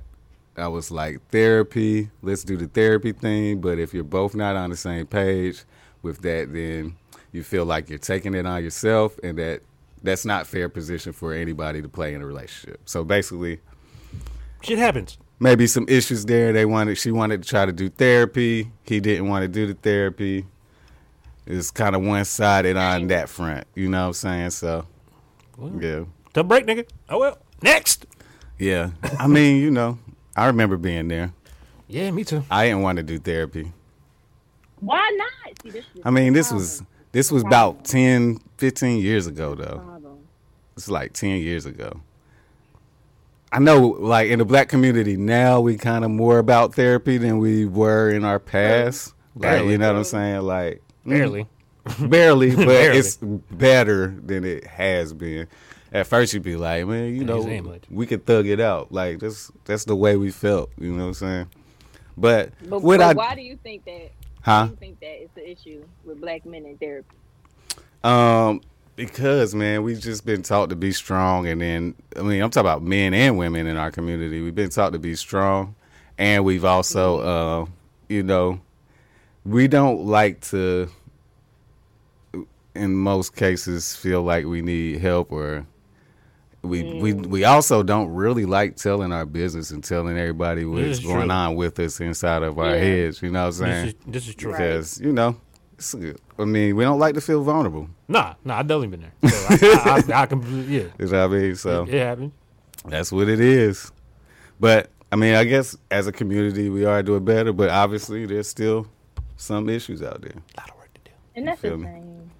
[SPEAKER 1] I was like, therapy. Let's do the therapy thing. But if you're both not on the same page with that, then you feel like you're taking it on yourself, and that that's not fair position for anybody to play in a relationship. So basically,
[SPEAKER 2] Shit happens.
[SPEAKER 1] maybe some issues there. They wanted she wanted to try to do therapy. He didn't want to do the therapy. It's kind of one sided on that front. You know what I'm saying? So yeah,
[SPEAKER 2] To break, nigga. Oh well. Next.
[SPEAKER 1] yeah. I mean, you know, I remember being there.
[SPEAKER 2] Yeah, me too.
[SPEAKER 1] I didn't want to do therapy.
[SPEAKER 3] Why not? See, this is
[SPEAKER 1] I mean, this was this was about 10, 15 years ago though.
[SPEAKER 3] the problem.
[SPEAKER 1] It's like 10 years ago. I know, like, in the black community now, we kind of more about therapy than we were in our past. Like,
[SPEAKER 2] Barely.
[SPEAKER 1] you know what I'm saying? Like, mm,
[SPEAKER 2] Barely.
[SPEAKER 1] [laughs] barely, but
[SPEAKER 2] Barely.
[SPEAKER 1] it's better than it has been. At first, you'd be like, man, you
[SPEAKER 2] Niggas ain't
[SPEAKER 1] know,
[SPEAKER 2] much.
[SPEAKER 1] we could thug it out. Like, that's, that's the way we felt. You know what I'm saying? But,
[SPEAKER 3] But,
[SPEAKER 1] what
[SPEAKER 3] but
[SPEAKER 1] I,
[SPEAKER 3] why do you think that? Why
[SPEAKER 1] huh?
[SPEAKER 3] do you think that is the issue with black men in therapy?
[SPEAKER 1] Um, because man, we've just been taught to be strong, and then I mean, I'm talking about men and women in our community. We've been taught to be strong, and we've
[SPEAKER 2] Mm-hmm.
[SPEAKER 1] also, uh, you know, we don't like to, in most cases, feel like we need help or. We, we
[SPEAKER 2] Mm.
[SPEAKER 1] we also don't really like telling our business and telling everybody
[SPEAKER 2] This
[SPEAKER 1] what's
[SPEAKER 2] is
[SPEAKER 1] going
[SPEAKER 2] true.
[SPEAKER 1] on with us inside of our
[SPEAKER 3] Yeah.
[SPEAKER 1] heads. You know what I'm saying?
[SPEAKER 2] This is this is true.
[SPEAKER 3] Right.
[SPEAKER 1] because you know It's good. I mean, we don't like to feel vulnerable.
[SPEAKER 2] Nah, nah, I definitely been there. So I, I, I, I can, yeah,
[SPEAKER 1] You know what I mean? [laughs] So
[SPEAKER 2] it happened.
[SPEAKER 1] that's what it is. But I mean, I guess as a community, we are doing better. But obviously, there's still some issues out there.
[SPEAKER 2] A lot of work to do.
[SPEAKER 3] And that's
[SPEAKER 1] You
[SPEAKER 3] the
[SPEAKER 1] feel me?
[SPEAKER 3] thing.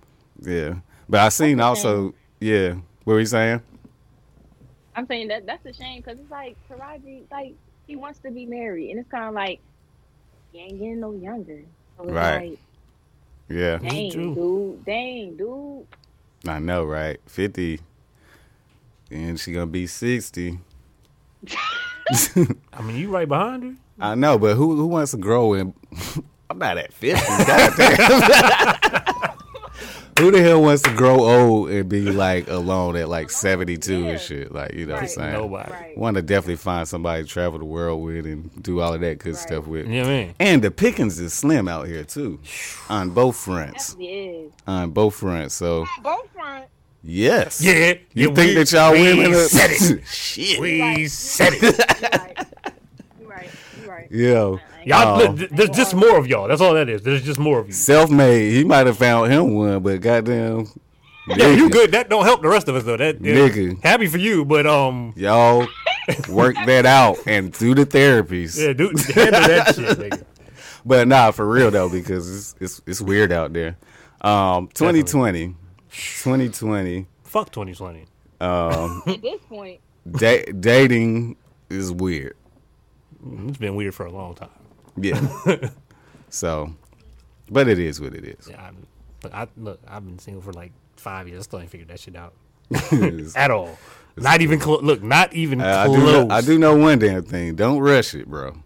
[SPEAKER 1] Yeah. But I seen
[SPEAKER 3] That's a
[SPEAKER 1] also, yeah. What were you saying?
[SPEAKER 3] I'm saying that that's a shame because it's like Taraji, like he wants to be married, and it's kind of like he ain't getting no younger. So it's
[SPEAKER 1] Right. Yeah,
[SPEAKER 3] Like, dang,
[SPEAKER 2] It's true.
[SPEAKER 3] dude. Dang, dude.
[SPEAKER 1] I know, right? Fifty, and she gonna be sixty.
[SPEAKER 2] I mean, you right behind her.
[SPEAKER 1] I know, but who who wants to grow in? [laughs] I'm not at fifty. [laughs] goddamn. who the hell wants to grow old and be like alone at like seventy two
[SPEAKER 3] yeah.
[SPEAKER 1] and shit? Like you know what I'm
[SPEAKER 3] Right.
[SPEAKER 1] saying?
[SPEAKER 2] Nobody.
[SPEAKER 3] Right.
[SPEAKER 1] Want to definitely find somebody to travel the world with and do all of that good
[SPEAKER 3] Right.
[SPEAKER 1] stuff with.
[SPEAKER 2] You know what I mean?
[SPEAKER 1] And the pickings is slim out here too, on both fronts.
[SPEAKER 3] Definitely is.
[SPEAKER 1] On both fronts. So
[SPEAKER 3] Both front.
[SPEAKER 1] yes,
[SPEAKER 2] Yeah.
[SPEAKER 1] You
[SPEAKER 2] yeah,
[SPEAKER 1] think
[SPEAKER 2] we-
[SPEAKER 1] that y'all
[SPEAKER 2] we
[SPEAKER 1] women are-
[SPEAKER 2] said
[SPEAKER 1] [laughs]
[SPEAKER 2] it.
[SPEAKER 1] Shit.
[SPEAKER 2] We said it.
[SPEAKER 3] You're right.
[SPEAKER 2] [laughs]
[SPEAKER 3] You're right. You're right.
[SPEAKER 1] Yeah.
[SPEAKER 2] Y'all,
[SPEAKER 1] Oh.
[SPEAKER 2] look, th- there's just more of y'all. That's all that is. There's just more of you.
[SPEAKER 1] Self made. He might have found him one, but goddamn.
[SPEAKER 2] Yeah, you
[SPEAKER 1] nigga,
[SPEAKER 2] good. That don't help the rest of us though. That yeah.
[SPEAKER 1] Nigga.
[SPEAKER 2] happy for you, but um,
[SPEAKER 1] Y'all work that out and do the therapies.
[SPEAKER 2] yeah, dude, [laughs] handle that shit, nigga.
[SPEAKER 1] But nah, for real though, because it's it's, it's weird out there. Um, 2020. 2020.
[SPEAKER 2] Fuck 2020.
[SPEAKER 3] At this
[SPEAKER 2] [laughs]
[SPEAKER 3] point,
[SPEAKER 1] Da- dating is weird.
[SPEAKER 2] It's been weird for a long time. [laughs]
[SPEAKER 1] Yeah. so, but it is what it is.
[SPEAKER 2] Yeah, I, look, I look, I've been single for like five years. I still ain't figured that shit out
[SPEAKER 1] It's- Uh,
[SPEAKER 2] at all. Not even close. Look, not even
[SPEAKER 1] I, do
[SPEAKER 2] close.
[SPEAKER 1] know, I do know one damn thing. Don't rush it, bro.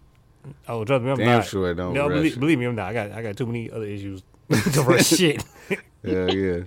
[SPEAKER 2] Oh, trust me, I'm
[SPEAKER 1] Damn
[SPEAKER 2] not.
[SPEAKER 1] sure I don't
[SPEAKER 2] No,
[SPEAKER 1] rush
[SPEAKER 2] believe,
[SPEAKER 1] it.
[SPEAKER 2] believe me, I'm not. I got I got too many other issues [laughs]
[SPEAKER 1] [laughs]
[SPEAKER 2] to rush shit.
[SPEAKER 1] Hell yeah.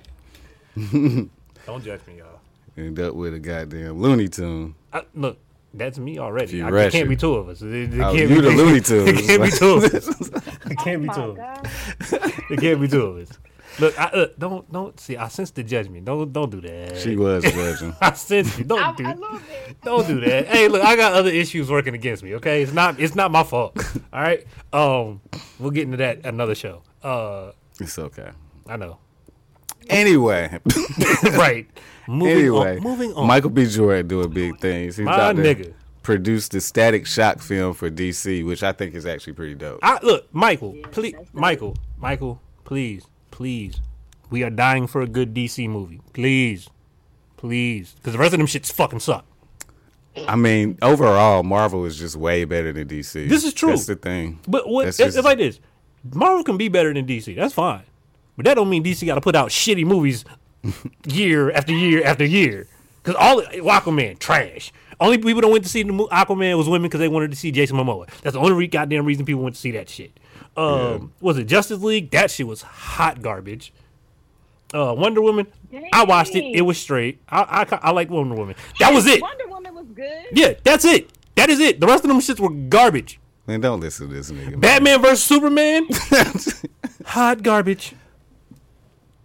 [SPEAKER 2] Don't judge me, y'all.
[SPEAKER 1] End up with a goddamn Looney Tune.
[SPEAKER 2] I, look, that's me already.
[SPEAKER 1] you
[SPEAKER 2] I,
[SPEAKER 1] rush
[SPEAKER 2] it can't
[SPEAKER 1] it.
[SPEAKER 2] be two of us. It, it
[SPEAKER 1] Oh,
[SPEAKER 2] can't
[SPEAKER 1] you
[SPEAKER 2] be, [laughs]
[SPEAKER 1] the Looney Tunes.
[SPEAKER 2] It can't be two
[SPEAKER 1] [laughs]
[SPEAKER 2] of us. It can't be
[SPEAKER 3] Oh my
[SPEAKER 2] two of us. [laughs]
[SPEAKER 3] God.
[SPEAKER 2] It can't be two of us. Look, I, look, don't don't see. I sense the judgment. Don't don't do that.
[SPEAKER 1] She was judging.
[SPEAKER 2] [laughs] I sense you. Don't
[SPEAKER 3] I,
[SPEAKER 2] do.
[SPEAKER 3] I love it.
[SPEAKER 2] Don't do that. hey, look, I got other issues working against me. Okay, it's not it's not
[SPEAKER 1] [laughs]
[SPEAKER 2] my fault. All right. Um, we'll get into that another show. Uh,
[SPEAKER 1] It's okay.
[SPEAKER 2] I know. [laughs]
[SPEAKER 1] Anyway,
[SPEAKER 2] right. Moving
[SPEAKER 1] anyway,
[SPEAKER 2] On, moving on.
[SPEAKER 1] Michael B. Jordan doing big things. He's
[SPEAKER 2] My
[SPEAKER 1] out there
[SPEAKER 2] nigga.
[SPEAKER 1] produced the Static Shock film for DC, which I think is actually pretty dope.
[SPEAKER 2] I look, Michael. please,
[SPEAKER 3] that's not-
[SPEAKER 2] Michael. Michael. Please, please. We are dying for a good DC movie. Please, please. Because the rest of them shits fucking suck.
[SPEAKER 1] I mean, overall, Marvel is just way better than DC.
[SPEAKER 2] This is true.
[SPEAKER 1] That's the thing.
[SPEAKER 2] But what?
[SPEAKER 1] That's
[SPEAKER 2] It's, it's
[SPEAKER 1] just-
[SPEAKER 2] like this. Marvel can be better than DC. That's fine. But that don't mean DC got to put out
[SPEAKER 1] [laughs]
[SPEAKER 2] shitty movies year after year after year. Because all Aquaman trash. Only people that went to see the mo- Aquaman was women because they wanted to see Jason Momoa. That's the only re- goddamn reason people went to see that shit. Um, Was it Justice League? That shit was hot garbage. Uh, Wonder Woman. I watched it. It
[SPEAKER 3] Dang.
[SPEAKER 2] was straight. I I, I like Wonder Woman. That was it.
[SPEAKER 3] Wonder Woman was good.
[SPEAKER 2] Yeah, that's it. That is it. The rest of them shits were garbage.
[SPEAKER 1] Man, don't listen to this nigga.
[SPEAKER 2] Batman versus Superman. [laughs] Hot garbage.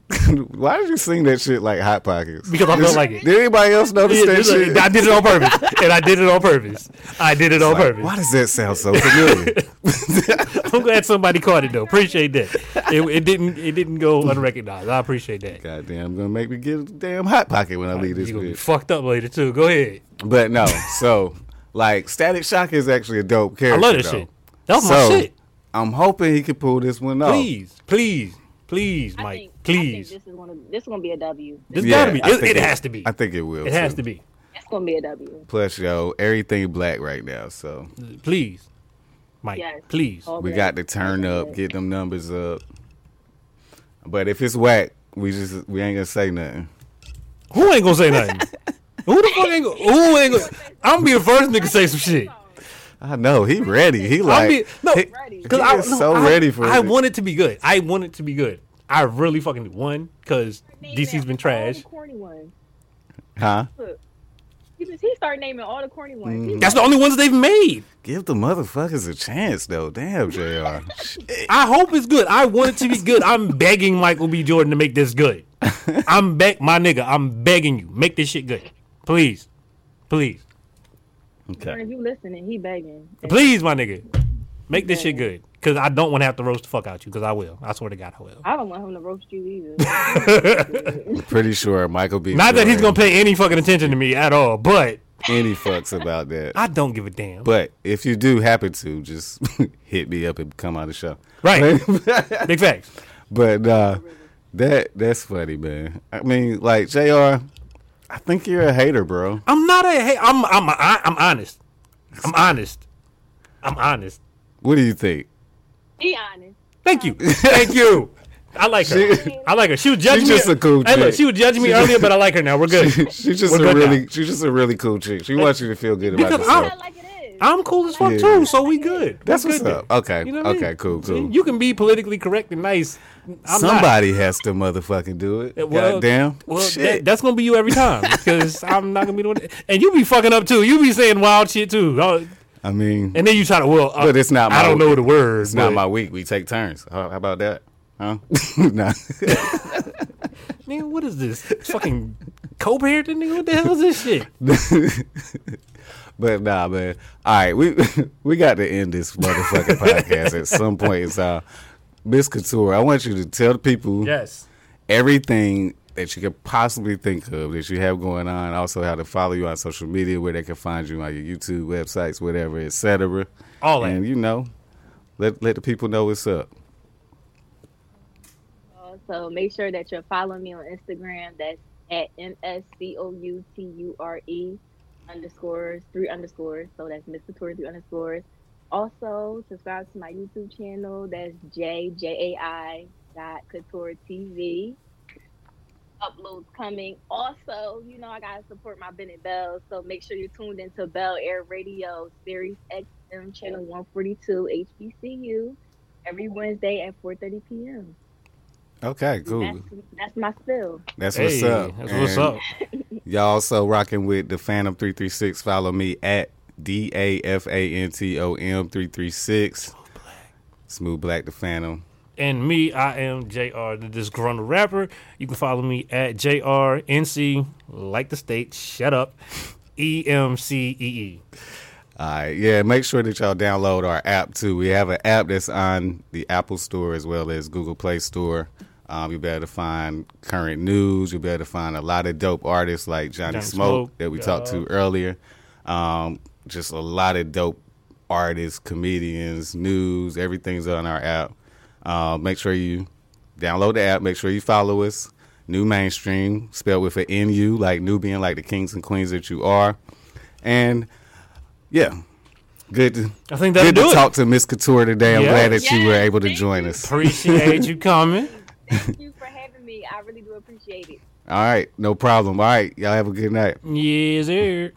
[SPEAKER 1] [laughs] Why did you sing that shit like Hot Pockets?
[SPEAKER 2] Because I
[SPEAKER 1] Did
[SPEAKER 2] felt
[SPEAKER 1] you-
[SPEAKER 2] like it.
[SPEAKER 1] Did anybody else notice
[SPEAKER 2] Yeah,
[SPEAKER 1] that
[SPEAKER 2] this-
[SPEAKER 1] shit?
[SPEAKER 2] I did it on purpose, and I did it on purpose. I did it on
[SPEAKER 1] Like,
[SPEAKER 2] purpose.
[SPEAKER 1] why does that sound so
[SPEAKER 2] [laughs]
[SPEAKER 1] familiar?
[SPEAKER 2] I'm glad somebody caught it though. Appreciate that. It, it didn't. It didn't go unrecognized. I appreciate that.
[SPEAKER 1] Goddamn, I'm gonna make me get a damn hot pocket when I leave
[SPEAKER 2] You
[SPEAKER 1] this
[SPEAKER 2] gonna be
[SPEAKER 1] bitch.
[SPEAKER 2] fucked up later too. Go ahead.
[SPEAKER 1] But
[SPEAKER 2] [laughs]
[SPEAKER 1] no, so like Static Shock is actually a dope
[SPEAKER 2] I
[SPEAKER 1] character.
[SPEAKER 2] love that
[SPEAKER 1] though.
[SPEAKER 2] shit. That was
[SPEAKER 1] so oh.
[SPEAKER 2] my shit.
[SPEAKER 1] I'm hoping he can pull this one off.
[SPEAKER 2] Please, please, please,
[SPEAKER 3] I
[SPEAKER 2] Mike.
[SPEAKER 3] think,
[SPEAKER 2] please.
[SPEAKER 3] I think this is gonna this is gonna be a W.
[SPEAKER 2] this
[SPEAKER 1] Yeah,
[SPEAKER 2] gotta be.
[SPEAKER 1] I
[SPEAKER 2] It,
[SPEAKER 1] think
[SPEAKER 2] it has to be.
[SPEAKER 1] I think it will.
[SPEAKER 2] it has
[SPEAKER 1] too.
[SPEAKER 2] to be.
[SPEAKER 3] It's gonna be a W.
[SPEAKER 1] Plus, yo, everything black right now, so
[SPEAKER 2] Please, Mike.
[SPEAKER 3] Yes.
[SPEAKER 2] Please.
[SPEAKER 3] All
[SPEAKER 1] we got
[SPEAKER 3] black.
[SPEAKER 1] to turn up, get them numbers up. But if it's whack, we just we ain't gonna say nothing.
[SPEAKER 2] Who ain't gonna say nothing? who the fuck ain't gonna? Who ain't gonna? I'm gonna be the first nigga to say some shit.
[SPEAKER 1] I know he ready. He
[SPEAKER 2] I
[SPEAKER 1] like
[SPEAKER 2] mean, no,
[SPEAKER 1] he,
[SPEAKER 3] Ready.
[SPEAKER 1] he
[SPEAKER 2] I
[SPEAKER 1] is
[SPEAKER 2] no,
[SPEAKER 1] so
[SPEAKER 2] I-
[SPEAKER 1] ready for
[SPEAKER 2] I
[SPEAKER 1] it.
[SPEAKER 2] want it to be good. I want it to be good. I really fucking do. one because DC's been
[SPEAKER 3] All
[SPEAKER 2] trash.
[SPEAKER 3] the corny ones.
[SPEAKER 1] huh?
[SPEAKER 3] Look, he just he started naming all the corny ones. He-
[SPEAKER 2] That's the only ones they've made.
[SPEAKER 1] Give the motherfuckers a chance though. Damn,
[SPEAKER 2] [laughs]
[SPEAKER 1] Jr. Shit.
[SPEAKER 2] I hope it's good. I want it to be good.
[SPEAKER 1] [laughs]
[SPEAKER 2] I'm begging Michael B. Jordan to make this good. I'm beg my nigga. I'm begging you, make this shit good, please, please,
[SPEAKER 1] Okay.
[SPEAKER 3] If you listening, he begging.
[SPEAKER 2] please, my nigga, Make this shit good, cause I don't want to have to roast the fuck out you, cause I will. I swear to God, I will.
[SPEAKER 3] I don't want him to roast you either.
[SPEAKER 1] I'm pretty sure Michael B.
[SPEAKER 2] Not that he's gonna
[SPEAKER 1] Jordan
[SPEAKER 2] pay any fucking attention to me at all, but
[SPEAKER 1] any fucks about that.
[SPEAKER 2] I don't give a damn.
[SPEAKER 1] But if you do happen to, just [laughs] hit me up and come on the show. [laughs]
[SPEAKER 2] right? Big facts.
[SPEAKER 1] But uh, that that's funny, man. I mean, like Jr. I think you're a hater, bro.
[SPEAKER 2] I'm not a. Hey, I'm. I'm. I- I'm honest. I'm honest. I'm honest.
[SPEAKER 1] What do you think? [laughs]
[SPEAKER 3] Be honest.
[SPEAKER 2] Thank you. Thank you. I like her.
[SPEAKER 1] She-
[SPEAKER 2] I like her. She was judging
[SPEAKER 1] just
[SPEAKER 2] me.
[SPEAKER 1] a cool
[SPEAKER 2] hey, look,
[SPEAKER 1] chick.
[SPEAKER 2] she was judging me earlier, but I like her now. We're good.
[SPEAKER 1] [laughs] She's just
[SPEAKER 2] We're
[SPEAKER 1] a
[SPEAKER 2] good
[SPEAKER 1] really,
[SPEAKER 2] now.
[SPEAKER 1] she's just a really cool chick. She wants you to feel good about
[SPEAKER 2] Because
[SPEAKER 1] yourself.
[SPEAKER 3] Oh. I like it is.
[SPEAKER 2] I'm cool as fuck
[SPEAKER 1] Yeah.
[SPEAKER 2] too, so we good.
[SPEAKER 1] That's
[SPEAKER 2] We're
[SPEAKER 1] what's
[SPEAKER 2] good
[SPEAKER 1] up.
[SPEAKER 2] then.
[SPEAKER 1] Okay.
[SPEAKER 2] You know what I mean?
[SPEAKER 1] Okay, cool, cool.
[SPEAKER 2] You can be politically correct and nice. I'm Not. Uh,
[SPEAKER 1] Somebody has to motherfucking do it.
[SPEAKER 2] Well,
[SPEAKER 1] Goddamn.
[SPEAKER 2] Well, that,
[SPEAKER 1] Shit.
[SPEAKER 2] that's gonna be you
[SPEAKER 1] [laughs]
[SPEAKER 2] every time because I'm not gonna be doing it. And you be fucking up too. You be saying wild shit too. Oh,
[SPEAKER 1] I mean,
[SPEAKER 2] And then you try to well. uh,
[SPEAKER 1] But it's not
[SPEAKER 2] I
[SPEAKER 1] my-
[SPEAKER 2] don't know the words.
[SPEAKER 1] it's not
[SPEAKER 2] but-
[SPEAKER 1] my week. We take turns. How, how about that? Huh? [laughs] nah.
[SPEAKER 2] Man, what is this? Fucking co-parenting? nigga? What the hell is this
[SPEAKER 1] [laughs]
[SPEAKER 2] shit?
[SPEAKER 1] But nah, man. All right, we [laughs] we got to end this
[SPEAKER 2] [laughs]
[SPEAKER 1] motherfucking podcast at some point. It's uh, Miss Couture. I want you to tell the people
[SPEAKER 2] Yes.
[SPEAKER 1] everything that you could possibly think of that you have going on. Also, how to follow you on social media, where they can find you on your YouTube websites, whatever, etc.
[SPEAKER 2] All that.
[SPEAKER 1] And you know, let let the people know what's up.
[SPEAKER 3] So make sure that you're following me on Instagram. That's at M S C O U T U R E underscores three underscores. So that's Mr. Tour three underscores. Also subscribe to my YouTube channel. That's J J A I dot Couture TV. Uploads coming. Also, you know I gotta support my Bennett Bell, so make sure you're tuned into Bell Air Radio Series XM Channel 142 HBCU every Wednesday at 4:30 p.m.
[SPEAKER 1] Okay, cool.
[SPEAKER 3] That's, that's my spill.
[SPEAKER 1] That's
[SPEAKER 2] Hey,
[SPEAKER 1] what's up.
[SPEAKER 2] That's what's
[SPEAKER 1] And
[SPEAKER 2] up.
[SPEAKER 1] Y'all also rocking with the Phantom three three six. Follow me at D A F A N T O M three three six. Smooth Black the Phantom.
[SPEAKER 2] And me, I am JR, the disgruntled rapper. You can follow me at JRNC, like the state, shut up, E EMCEE.
[SPEAKER 1] All right, yeah. Make sure that y'all download our app too. We have an app that's on the Apple Store as well as Google Play Store. Um, you better find current news. You better find a lot of dope artists like Johnny,
[SPEAKER 2] Johnny
[SPEAKER 1] Smoke,
[SPEAKER 2] Smoke,
[SPEAKER 1] that we
[SPEAKER 2] yeah.
[SPEAKER 1] talked to earlier. Um, just a lot of dope artists, comedians, news. Everything's on our app. Uh, make sure you download the app. Make sure you follow us. New mainstream, spelled with an N U, like Nubian, like the kings and queens that you are. And yeah, good. To,
[SPEAKER 2] I think that'll
[SPEAKER 1] good to
[SPEAKER 2] do it.
[SPEAKER 1] talk to Miss Couture today. I'm
[SPEAKER 2] Yeah.
[SPEAKER 1] glad that you were
[SPEAKER 3] Yes,
[SPEAKER 1] able to
[SPEAKER 3] thank
[SPEAKER 1] join
[SPEAKER 3] you.
[SPEAKER 1] us. All [laughs]
[SPEAKER 2] Appreciate you coming.
[SPEAKER 3] Thank you for having me. I really do appreciate it.
[SPEAKER 1] right, no problem. All right, y'all have a good night.
[SPEAKER 2] Yes, sir.